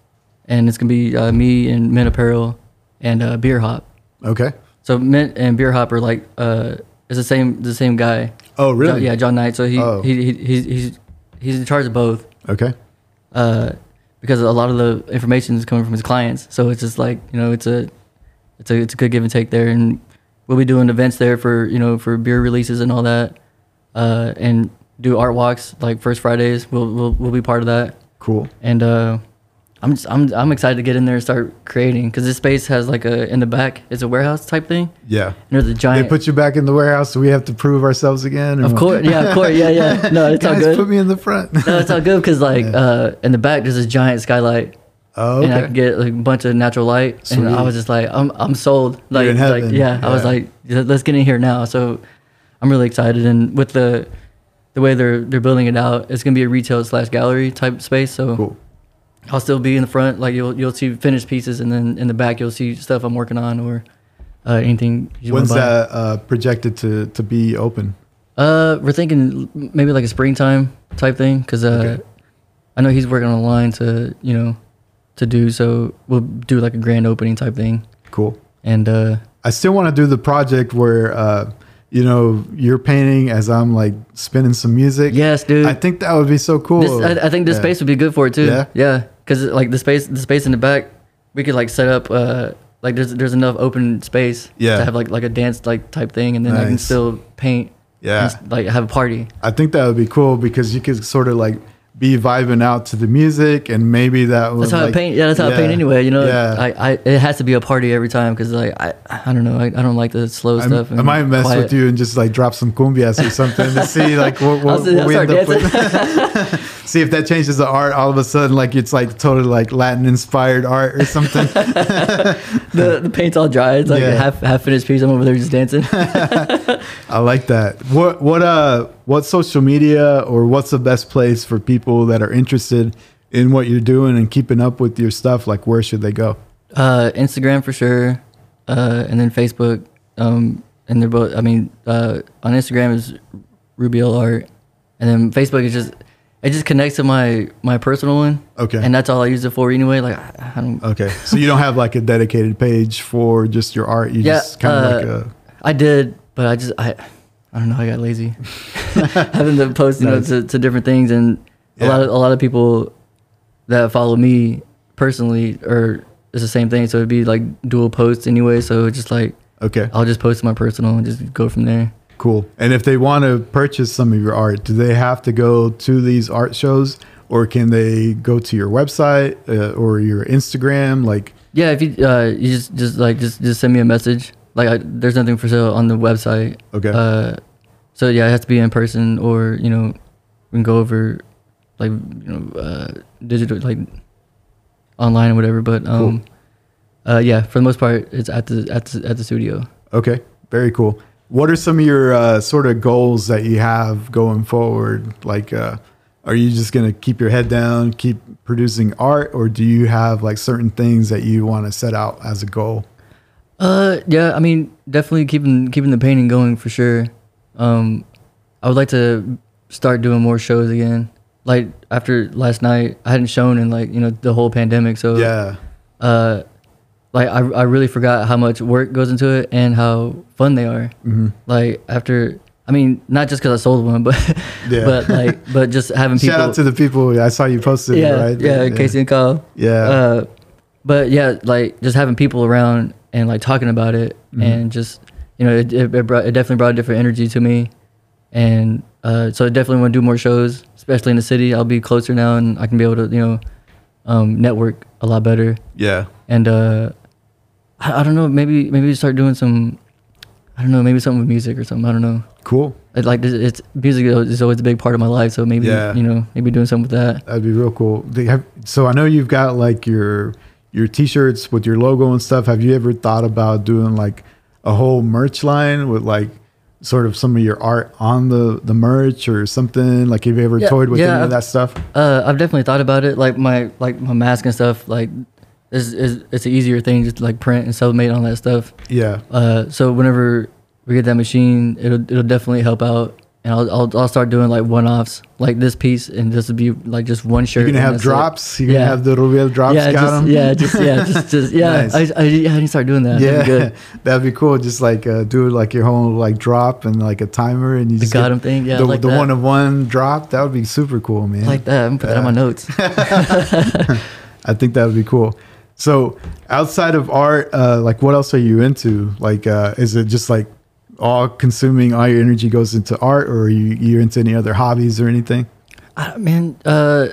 Speaker 2: and it's gonna be uh, me and Men Apparel and uh, Beer Hop.
Speaker 1: Okay.
Speaker 2: So Mint and Beer Hop are like uh, it's the same the same guy.
Speaker 1: Oh, really?
Speaker 2: John- yeah, John Knight. So he,
Speaker 1: Oh.
Speaker 2: he, he he's he's he's in charge of both
Speaker 1: Okay.
Speaker 2: uh, because a lot of the information is coming from his clients. So it's just like you know, it's a it's a it's a good give and take there, and we'll be doing events there for you know for beer releases and all that, uh, and do art walks like first Fridays. We'll we'll, we'll be part of that,
Speaker 1: Cool.
Speaker 2: and uh, I'm just, I'm I'm excited to get in there and start creating because this space has like a in the back it's a warehouse type thing.
Speaker 1: Yeah.
Speaker 2: And there's a
Speaker 1: They
Speaker 2: giant.
Speaker 1: put you back in the warehouse, so we have to prove ourselves again. or
Speaker 2: of
Speaker 1: what?
Speaker 2: course, yeah, of course,
Speaker 1: [LAUGHS]
Speaker 2: yeah, yeah. No, it's all
Speaker 1: Guys,
Speaker 2: good.
Speaker 1: put me in the
Speaker 2: [LAUGHS]
Speaker 1: front.
Speaker 2: no, it's all good because like uh, in the back there's this giant skylight.
Speaker 1: oh, okay.
Speaker 2: and I could get like a bunch of natural light. And
Speaker 1: Sweet.
Speaker 2: I was just like, I'm I'm sold. Like,
Speaker 1: in
Speaker 2: like,
Speaker 1: heaven.
Speaker 2: yeah, I was
Speaker 1: Yeah.
Speaker 2: like, "Yeah, let's get in here now. So I'm really excited. And with the the way they're they're building it out, it's gonna be a retail slash gallery type space. So
Speaker 1: cool.
Speaker 2: I'll still be in the front. Like you'll you'll see finished pieces, and then in the back you'll see stuff I'm working on or uh, anything. You wanna
Speaker 1: When's
Speaker 2: buy.
Speaker 1: that uh, projected to to be open?
Speaker 2: Uh, we're thinking maybe like a springtime type thing because uh,
Speaker 1: Okay.
Speaker 2: I know he's working on a line to you know to do. So we'll do like a grand opening type thing.
Speaker 1: Cool.
Speaker 2: And uh,
Speaker 1: I still want to do the project where uh, you know you're painting as I'm like spinning some music.
Speaker 2: yes, dude.
Speaker 1: I think that would be so cool.
Speaker 2: This, I, I think this
Speaker 1: Yeah.
Speaker 2: space would be good for it too.
Speaker 1: Yeah?
Speaker 2: yeah. Because like the space, the space in the back, we could like set up. Uh, like there's there's enough open space
Speaker 1: Yeah.
Speaker 2: to have like like a dance like type thing, and then I can
Speaker 1: Nice.
Speaker 2: still paint.
Speaker 1: Yeah.
Speaker 2: and, like have a party.
Speaker 1: I think that would be cool because you could sort of like be vibing out to the music, and maybe that was
Speaker 2: That's how
Speaker 1: like-
Speaker 2: I paint. Yeah, that's how I paint
Speaker 1: yeah,
Speaker 2: anyway. You know,
Speaker 1: yeah.
Speaker 2: I, I it has to be a party every time because like I I don't know I, I don't like the slow
Speaker 1: I,
Speaker 2: stuff.
Speaker 1: I might mess
Speaker 2: quiet.
Speaker 1: with you and just like drop some cumbias or something to see like what,
Speaker 2: I'll
Speaker 1: what,
Speaker 2: sit-
Speaker 1: what
Speaker 2: I'll
Speaker 1: we
Speaker 2: start
Speaker 1: end up with.
Speaker 2: dancing.
Speaker 1: [LAUGHS] See if that changes the art. All of a sudden, like it's like totally like Latin inspired art or
Speaker 2: [LAUGHS]
Speaker 1: something.
Speaker 2: the, the paint's all dry. It's like
Speaker 1: Yeah.
Speaker 2: a half half finished piece. I'm over there just dancing.
Speaker 1: I like that. What what uh what social media or what's the best place for people that are interested in what you're doing and keeping up with your stuff? Like where should they go?
Speaker 2: uh, Instagram for sure, uh, and then Facebook. Um, and they're both. I mean, uh, on Instagram is Rubiel Art, and then Facebook is just it just connects to my my personal one.
Speaker 1: Okay.
Speaker 2: And that's all I use it for anyway. Like I, I don't.
Speaker 1: Okay, so you don't have like a dedicated page for just your art. You
Speaker 2: Yeah,
Speaker 1: just kind
Speaker 2: uh,
Speaker 1: of like a
Speaker 2: I did, but I just I I don't know. I got lazy. [LAUGHS] Having to post you know
Speaker 1: Nice.
Speaker 2: to, to different things, and a lot
Speaker 1: Yeah.
Speaker 2: of a lot of people that follow me personally are it's the same thing. So it'd be like dual posts anyway. So it's just like
Speaker 1: okay,
Speaker 2: I'll just post my personal and just go from there.
Speaker 1: cool. And if they want to purchase some of your art, do they have to go to these art shows, or can they go to your website uh, or your Instagram? Like,
Speaker 2: Yeah, if you uh, you just just like just just send me a message. Like I, there's nothing for sale on the website.
Speaker 1: okay,
Speaker 2: Uh, so yeah, it has to be in person or you know we can go over like you know uh, digital like online or whatever. But um, uh, yeah, for the most part, it's at the at the, at the studio.
Speaker 1: okay, very cool. What are some of your uh, sort of goals that you have going forward? Like, uh, are you just gonna keep your head down, keep producing art, or do you have like certain things that you want to set out as a goal?
Speaker 2: Uh, yeah, I mean, definitely keeping keeping the painting going for sure. Um, I would like to start doing more shows again. Like after last night, I hadn't shown in like you know the whole pandemic, so
Speaker 1: Yeah,
Speaker 2: Uh, like I I really forgot how much work goes into it and how fun they are.
Speaker 1: Mm-hmm.
Speaker 2: Like after, I mean, not just because I sold one, but
Speaker 1: Yeah.
Speaker 2: [LAUGHS] but like but just having people.
Speaker 1: shout out to the people. I saw you posted it,
Speaker 2: yeah,
Speaker 1: right?
Speaker 2: yeah, Casey and Kyle.
Speaker 1: Yeah.
Speaker 2: Uh, but yeah, like just having people around and like talking about it
Speaker 1: Mm-hmm.
Speaker 2: and just you know it, it, it brought it definitely brought a different energy to me, and uh, so I definitely want to do more shows, especially in the city. I'll be closer now and I can be able to you know um, network a lot better
Speaker 1: yeah.
Speaker 2: and uh, I, I don't know maybe maybe start doing some I don't know maybe something with music or something I don't know.
Speaker 1: Cool.
Speaker 2: It, like it's, it's music is always a big part of my life, so maybe
Speaker 1: Yeah.
Speaker 2: you know maybe doing something with that.
Speaker 1: That'd be real cool. They have, so I know you've got like your your t-shirts with your logo and stuff. Have you ever thought about doing like a whole merch line with like sort of some of your art on the the merch or something? Like have you ever
Speaker 2: Yeah,
Speaker 1: toyed with
Speaker 2: yeah,
Speaker 1: any of
Speaker 2: I've-
Speaker 1: that stuff?
Speaker 2: Uh, I've definitely thought about it. Like my like my mask and stuff. Like is is it's an easier thing just to, like print and sublimate and all that stuff.
Speaker 1: Yeah.
Speaker 2: Uh, so whenever we get that machine, it'll it'll definitely help out. And I'll, I'll, I'll start doing like one offs, like this piece, and this would be like just one shirt.
Speaker 1: You're gonna
Speaker 2: and
Speaker 1: have
Speaker 2: that's it.
Speaker 1: drops. You're
Speaker 2: Yeah.
Speaker 1: gonna have the Rubiel drops.
Speaker 2: yeah,
Speaker 1: got
Speaker 2: just,
Speaker 1: 'em?
Speaker 2: yeah, just yeah,
Speaker 1: [LAUGHS]
Speaker 2: just just yeah.
Speaker 1: Nice.
Speaker 2: I, I, I need to start doing that. That'd be
Speaker 1: Yeah,
Speaker 2: good.
Speaker 1: [LAUGHS] that'd be cool. Just like uh, do like your whole like drop and like a timer, and you
Speaker 2: The
Speaker 1: just get
Speaker 2: Gotham thing. Yeah, I
Speaker 1: the,
Speaker 2: like
Speaker 1: the
Speaker 2: that.
Speaker 1: one of one drop. That would be super cool, man.
Speaker 2: I like that. I'm gonna put that on my notes.
Speaker 1: I think that would be cool. So, outside of art, uh, like what else are you into? Like, uh, is it just like all consuming? All your energy goes into art, or are you you're into any other hobbies or anything?
Speaker 2: I, man, uh,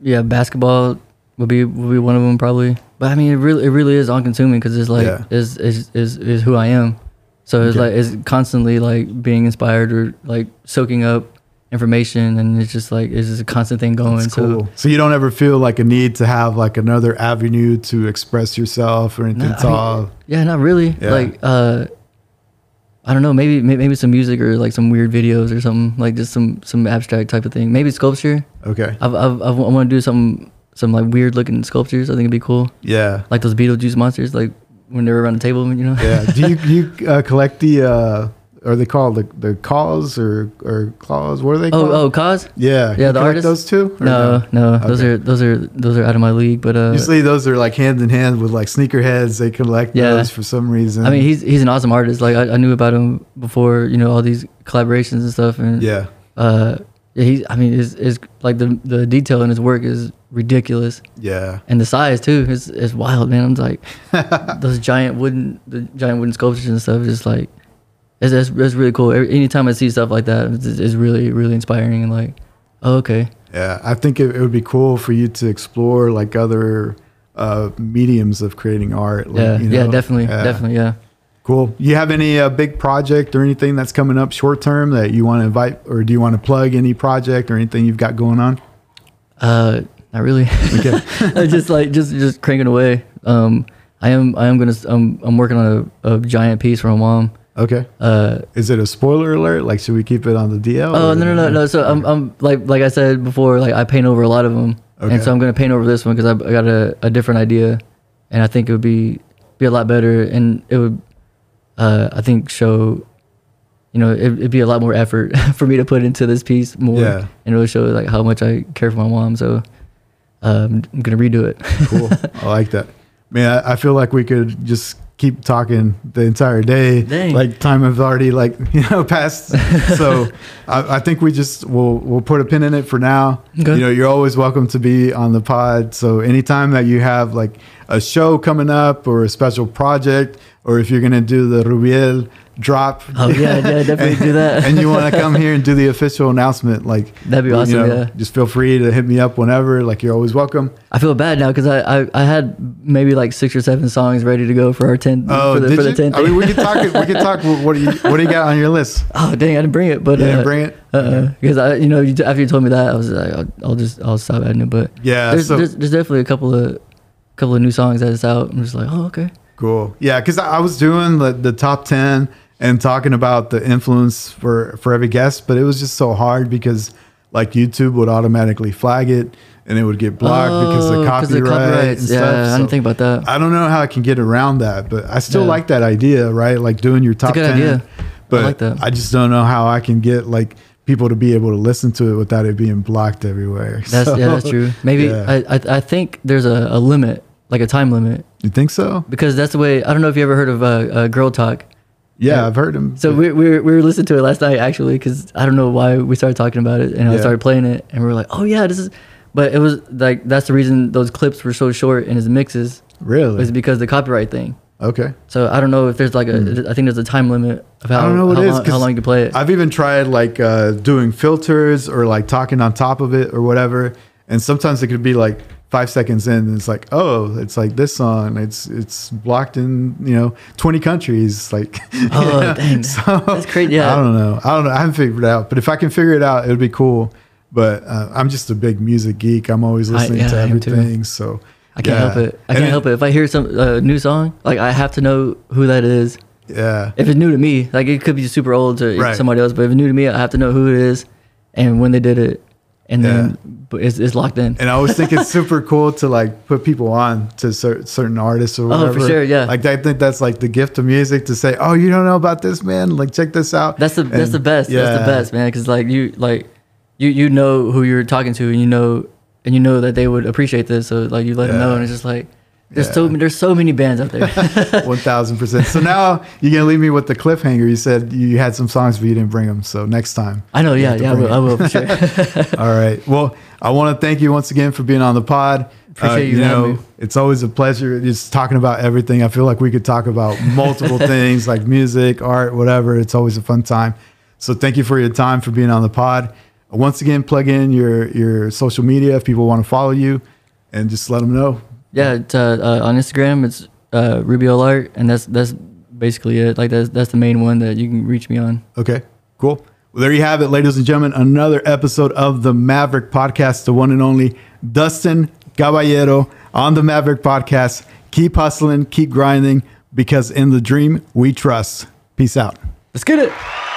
Speaker 2: yeah, basketball would be would be one of them probably. But I mean, it really it really is on consuming because it's like
Speaker 1: Yeah.
Speaker 2: is, is is is who I am. So it's
Speaker 1: Okay.
Speaker 2: like it's constantly like being inspired or like soaking up information, and it's just like it's just a constant thing going.
Speaker 1: It's
Speaker 2: so
Speaker 1: cool. So you don't ever feel like a need to have like another avenue to express yourself or anything.
Speaker 2: No,
Speaker 1: it's
Speaker 2: I mean, uh,
Speaker 1: all
Speaker 2: Yeah, not really.
Speaker 1: Yeah.
Speaker 2: Like, uh, I don't know. Maybe may- maybe some music or like some weird videos or something. Like just some some abstract type of thing. Maybe sculpture.
Speaker 1: okay.
Speaker 2: I've, I've, I've, I want to do some some like weird looking sculptures. I think it'd be cool.
Speaker 1: Yeah,
Speaker 2: Like those Beetlejuice monsters. Like when they were around the table. You know. [LAUGHS]
Speaker 1: yeah. Do you you uh, collect the? Uh, are they called the the calls or or claws? What are they?
Speaker 2: Oh,
Speaker 1: called?
Speaker 2: oh, cause?
Speaker 1: yeah,
Speaker 2: yeah,
Speaker 1: You
Speaker 2: the
Speaker 1: collect
Speaker 2: artists?
Speaker 1: Those two? Or
Speaker 2: No, no, those
Speaker 1: Okay.
Speaker 2: are those are those are out of my league. But uh,
Speaker 1: Usually those are like hand in hand with like sneakerheads. They collect
Speaker 2: Yeah.
Speaker 1: those for some reason.
Speaker 2: I mean, he's he's an awesome artist. Like I, I knew about him before. You know all these collaborations and stuff. And
Speaker 1: yeah,
Speaker 2: uh, yeah, he's. I mean, is is like the the detail in his work is ridiculous,
Speaker 1: yeah,
Speaker 2: and the size too is is wild, man. I'm
Speaker 1: [LAUGHS]
Speaker 2: like those giant wooden the giant wooden sculptures and stuff. Just like it's it's, it's really cool. Every, anytime I see stuff like that, it's, it's really really inspiring and like, oh okay,
Speaker 1: Yeah, I think it, it would be cool for you to explore like other uh, mediums of creating art. like,
Speaker 2: yeah,
Speaker 1: you
Speaker 2: yeah,
Speaker 1: know?
Speaker 2: definitely, definitely, yeah.
Speaker 1: Cool. You have any uh, big project or anything that's coming up short term that you want to invite, or do you want to plug any project or anything you've got going on?
Speaker 2: Uh, not really.
Speaker 1: [LAUGHS]
Speaker 2: [LAUGHS]
Speaker 1: Okay.
Speaker 2: I just like just just cranking away. Um, I am I am gonna s- I'm I'm working on a, a giant piece for my mom.
Speaker 1: Okay.
Speaker 2: Uh,
Speaker 1: Is it a spoiler alert? Like, should we keep it on the DL?
Speaker 2: oh
Speaker 1: or-
Speaker 2: no no no no. So I'm I'm like like I said before, like I paint over a lot of them,
Speaker 1: Okay.
Speaker 2: and so I'm gonna paint over this one because I, I got a, a different idea, and I think it would be be a lot better, and it would, uh, I think show. You know, it, it'd be a lot more effort [LAUGHS] for me to put into this piece more,
Speaker 1: Yeah.
Speaker 2: and it would show like how much I care for my mom. So, um, I'm gonna redo
Speaker 1: [LAUGHS]
Speaker 2: it.
Speaker 1: cool. I like that. Man, I, I feel like we could just keep talking the entire day.
Speaker 2: Dang.
Speaker 1: Like time has already like [LAUGHS] you know passed. so I, I think we just will we'll put a pin in it for now.
Speaker 2: Okay.
Speaker 1: You know, you're always welcome to be on the pod. So anytime that you have like a show coming up or a special project, or if you're gonna do the Rubiel
Speaker 2: [LAUGHS]
Speaker 1: drop,
Speaker 2: Oh yeah, yeah, definitely
Speaker 1: [LAUGHS]
Speaker 2: do that.
Speaker 1: and you want to come here and do the official announcement, like
Speaker 2: That'd be
Speaker 1: you
Speaker 2: awesome,
Speaker 1: know,
Speaker 2: yeah.
Speaker 1: just feel free to hit me up whenever. Like you're always welcome.
Speaker 2: I feel bad now because I, I I had maybe like six or seven songs ready to go for our tenth
Speaker 1: Oh,
Speaker 2: for the
Speaker 1: did
Speaker 2: for the
Speaker 1: you?
Speaker 2: tenth.
Speaker 1: I mean, we could talk. We
Speaker 2: [LAUGHS]
Speaker 1: could talk. What what do you What do you got on your list?
Speaker 2: oh dang, I didn't bring it, but
Speaker 1: You
Speaker 2: uh,
Speaker 1: didn't bring it.
Speaker 2: because I you know you, after you told me that I was like I'll, I'll just I'll stop adding it, but
Speaker 1: Yeah,
Speaker 2: there's,
Speaker 1: so-
Speaker 2: there's, there's definitely a couple of couple of new songs that is out. I'm just like oh okay,
Speaker 1: Cool. Yeah, because I, I was doing the, the top ten and talking about the influence for for every guest, but it was just so hard because like YouTube would automatically flag it and it would get blocked because of
Speaker 2: Oh,
Speaker 1: the
Speaker 2: 'cause of
Speaker 1: copyright and
Speaker 2: copyrights.
Speaker 1: stuff.
Speaker 2: yeah, I
Speaker 1: so
Speaker 2: didn't think about that.
Speaker 1: I don't know how I can get around that, but I still
Speaker 2: Yeah.
Speaker 1: like that idea, right? Like doing your top
Speaker 2: good
Speaker 1: 10.
Speaker 2: idea.
Speaker 1: But I,
Speaker 2: like that.
Speaker 1: just don't know how I can get like people to be able to listen to it without it being blocked everywhere. [LAUGHS]
Speaker 2: That's yeah, that's
Speaker 1: So-
Speaker 2: true. Maybe
Speaker 1: yeah.
Speaker 2: I, I I think there's a, a limit like a time limit
Speaker 1: You think so?
Speaker 2: because that's the way I don't know if you ever heard of uh, uh, Girl Talk.
Speaker 1: Yeah,
Speaker 2: Yeah.
Speaker 1: I've heard him.
Speaker 2: So we, we, were, we were listening to it last night actually because I don't know why we started talking about it and I
Speaker 1: Yeah.
Speaker 2: started playing it and we were like oh yeah this is but it was like that's the reason those clips were so short in his mixes was
Speaker 1: really
Speaker 2: because of the copyright thing.
Speaker 1: okay.
Speaker 2: So I don't know if there's like a I think there's a time limit of how
Speaker 1: Hmm. I don't know what
Speaker 2: how,
Speaker 1: it is,
Speaker 2: long,
Speaker 1: 'cause
Speaker 2: how long you can play it.
Speaker 1: I've even tried like uh, doing filters or like talking on top of it or whatever, and sometimes it could be like five seconds in, and it's like, oh, it's like this song. It's it's blocked in you know twenty countries. [LAUGHS] Like,
Speaker 2: [LAUGHS] Oh,
Speaker 1: [LAUGHS]
Speaker 2: dang. That's crazy. Yeah.
Speaker 1: I don't know. I don't know. I haven't figured it out, but if I can figure it out, it would be cool. But uh, I'm just a big music geek. I'm always
Speaker 2: I-
Speaker 1: listening
Speaker 2: yeah,
Speaker 1: to
Speaker 2: I am too.
Speaker 1: everything. So
Speaker 2: I can't
Speaker 1: yeah.
Speaker 2: help it. I
Speaker 1: And
Speaker 2: can't
Speaker 1: it-
Speaker 2: help it. If I hear some uh, new song, like I have to know who that is.
Speaker 1: Yeah.
Speaker 2: If it's new to me, like it could be super old to
Speaker 1: Right.
Speaker 2: somebody else, but if it's new to me, I have to know who it is and when they did it, and
Speaker 1: Yeah.
Speaker 2: then but it's, it's locked in.
Speaker 1: And I always think it's
Speaker 2: [LAUGHS]
Speaker 1: super cool to like put people on to cer- certain artists or
Speaker 2: Oh, for
Speaker 1: whatever.
Speaker 2: sure, yeah.
Speaker 1: Like I think that's like the gift of music to say, oh, you don't know about this man? Like check this out.
Speaker 2: That's the that's
Speaker 1: And-
Speaker 2: the best. That's
Speaker 1: yeah.
Speaker 2: the best, man. Because like you like you you know who you're talking to, and you know and you know that they would appreciate this. So like you let them know,
Speaker 1: Yeah.
Speaker 2: and it's just like there's
Speaker 1: Yeah.
Speaker 2: so ma- there's so many bands
Speaker 1: [LAUGHS]
Speaker 2: out there. [LAUGHS]
Speaker 1: One thousand percent. So now you're gonna leave me with the cliffhanger. You said you had some songs, but you didn't bring them. So next time.
Speaker 2: I know.
Speaker 1: you
Speaker 2: Yeah,
Speaker 1: have to
Speaker 2: yeah, I
Speaker 1: bring
Speaker 2: will, I
Speaker 1: it.
Speaker 2: will
Speaker 1: [LAUGHS]
Speaker 2: for sure.
Speaker 1: All right. Well, I want to thank you once again for being on the pod. Uh,
Speaker 2: Appreciate you having me.
Speaker 1: it's always a pleasure just talking about everything. I feel like we could talk about
Speaker 2: [LAUGHS]
Speaker 1: multiple things like music, art, whatever. It's always a fun time. So thank you for your time for being on the pod. Once again, plug in your your social media if people want to follow you, and just let them know.
Speaker 2: yeah, it's, uh, uh, on Instagram it's uh, Rubio Art, and that's that's basically it. Like that's that's the main one that you can reach me on.
Speaker 1: Okay, cool. Well, there you have it, ladies and gentlemen. Another episode of the Maverick Podcast, the one and only Dustin Caballero on the Maverick Podcast. Keep hustling, keep grinding, because in the dream we trust. Peace out.
Speaker 2: Let's get it.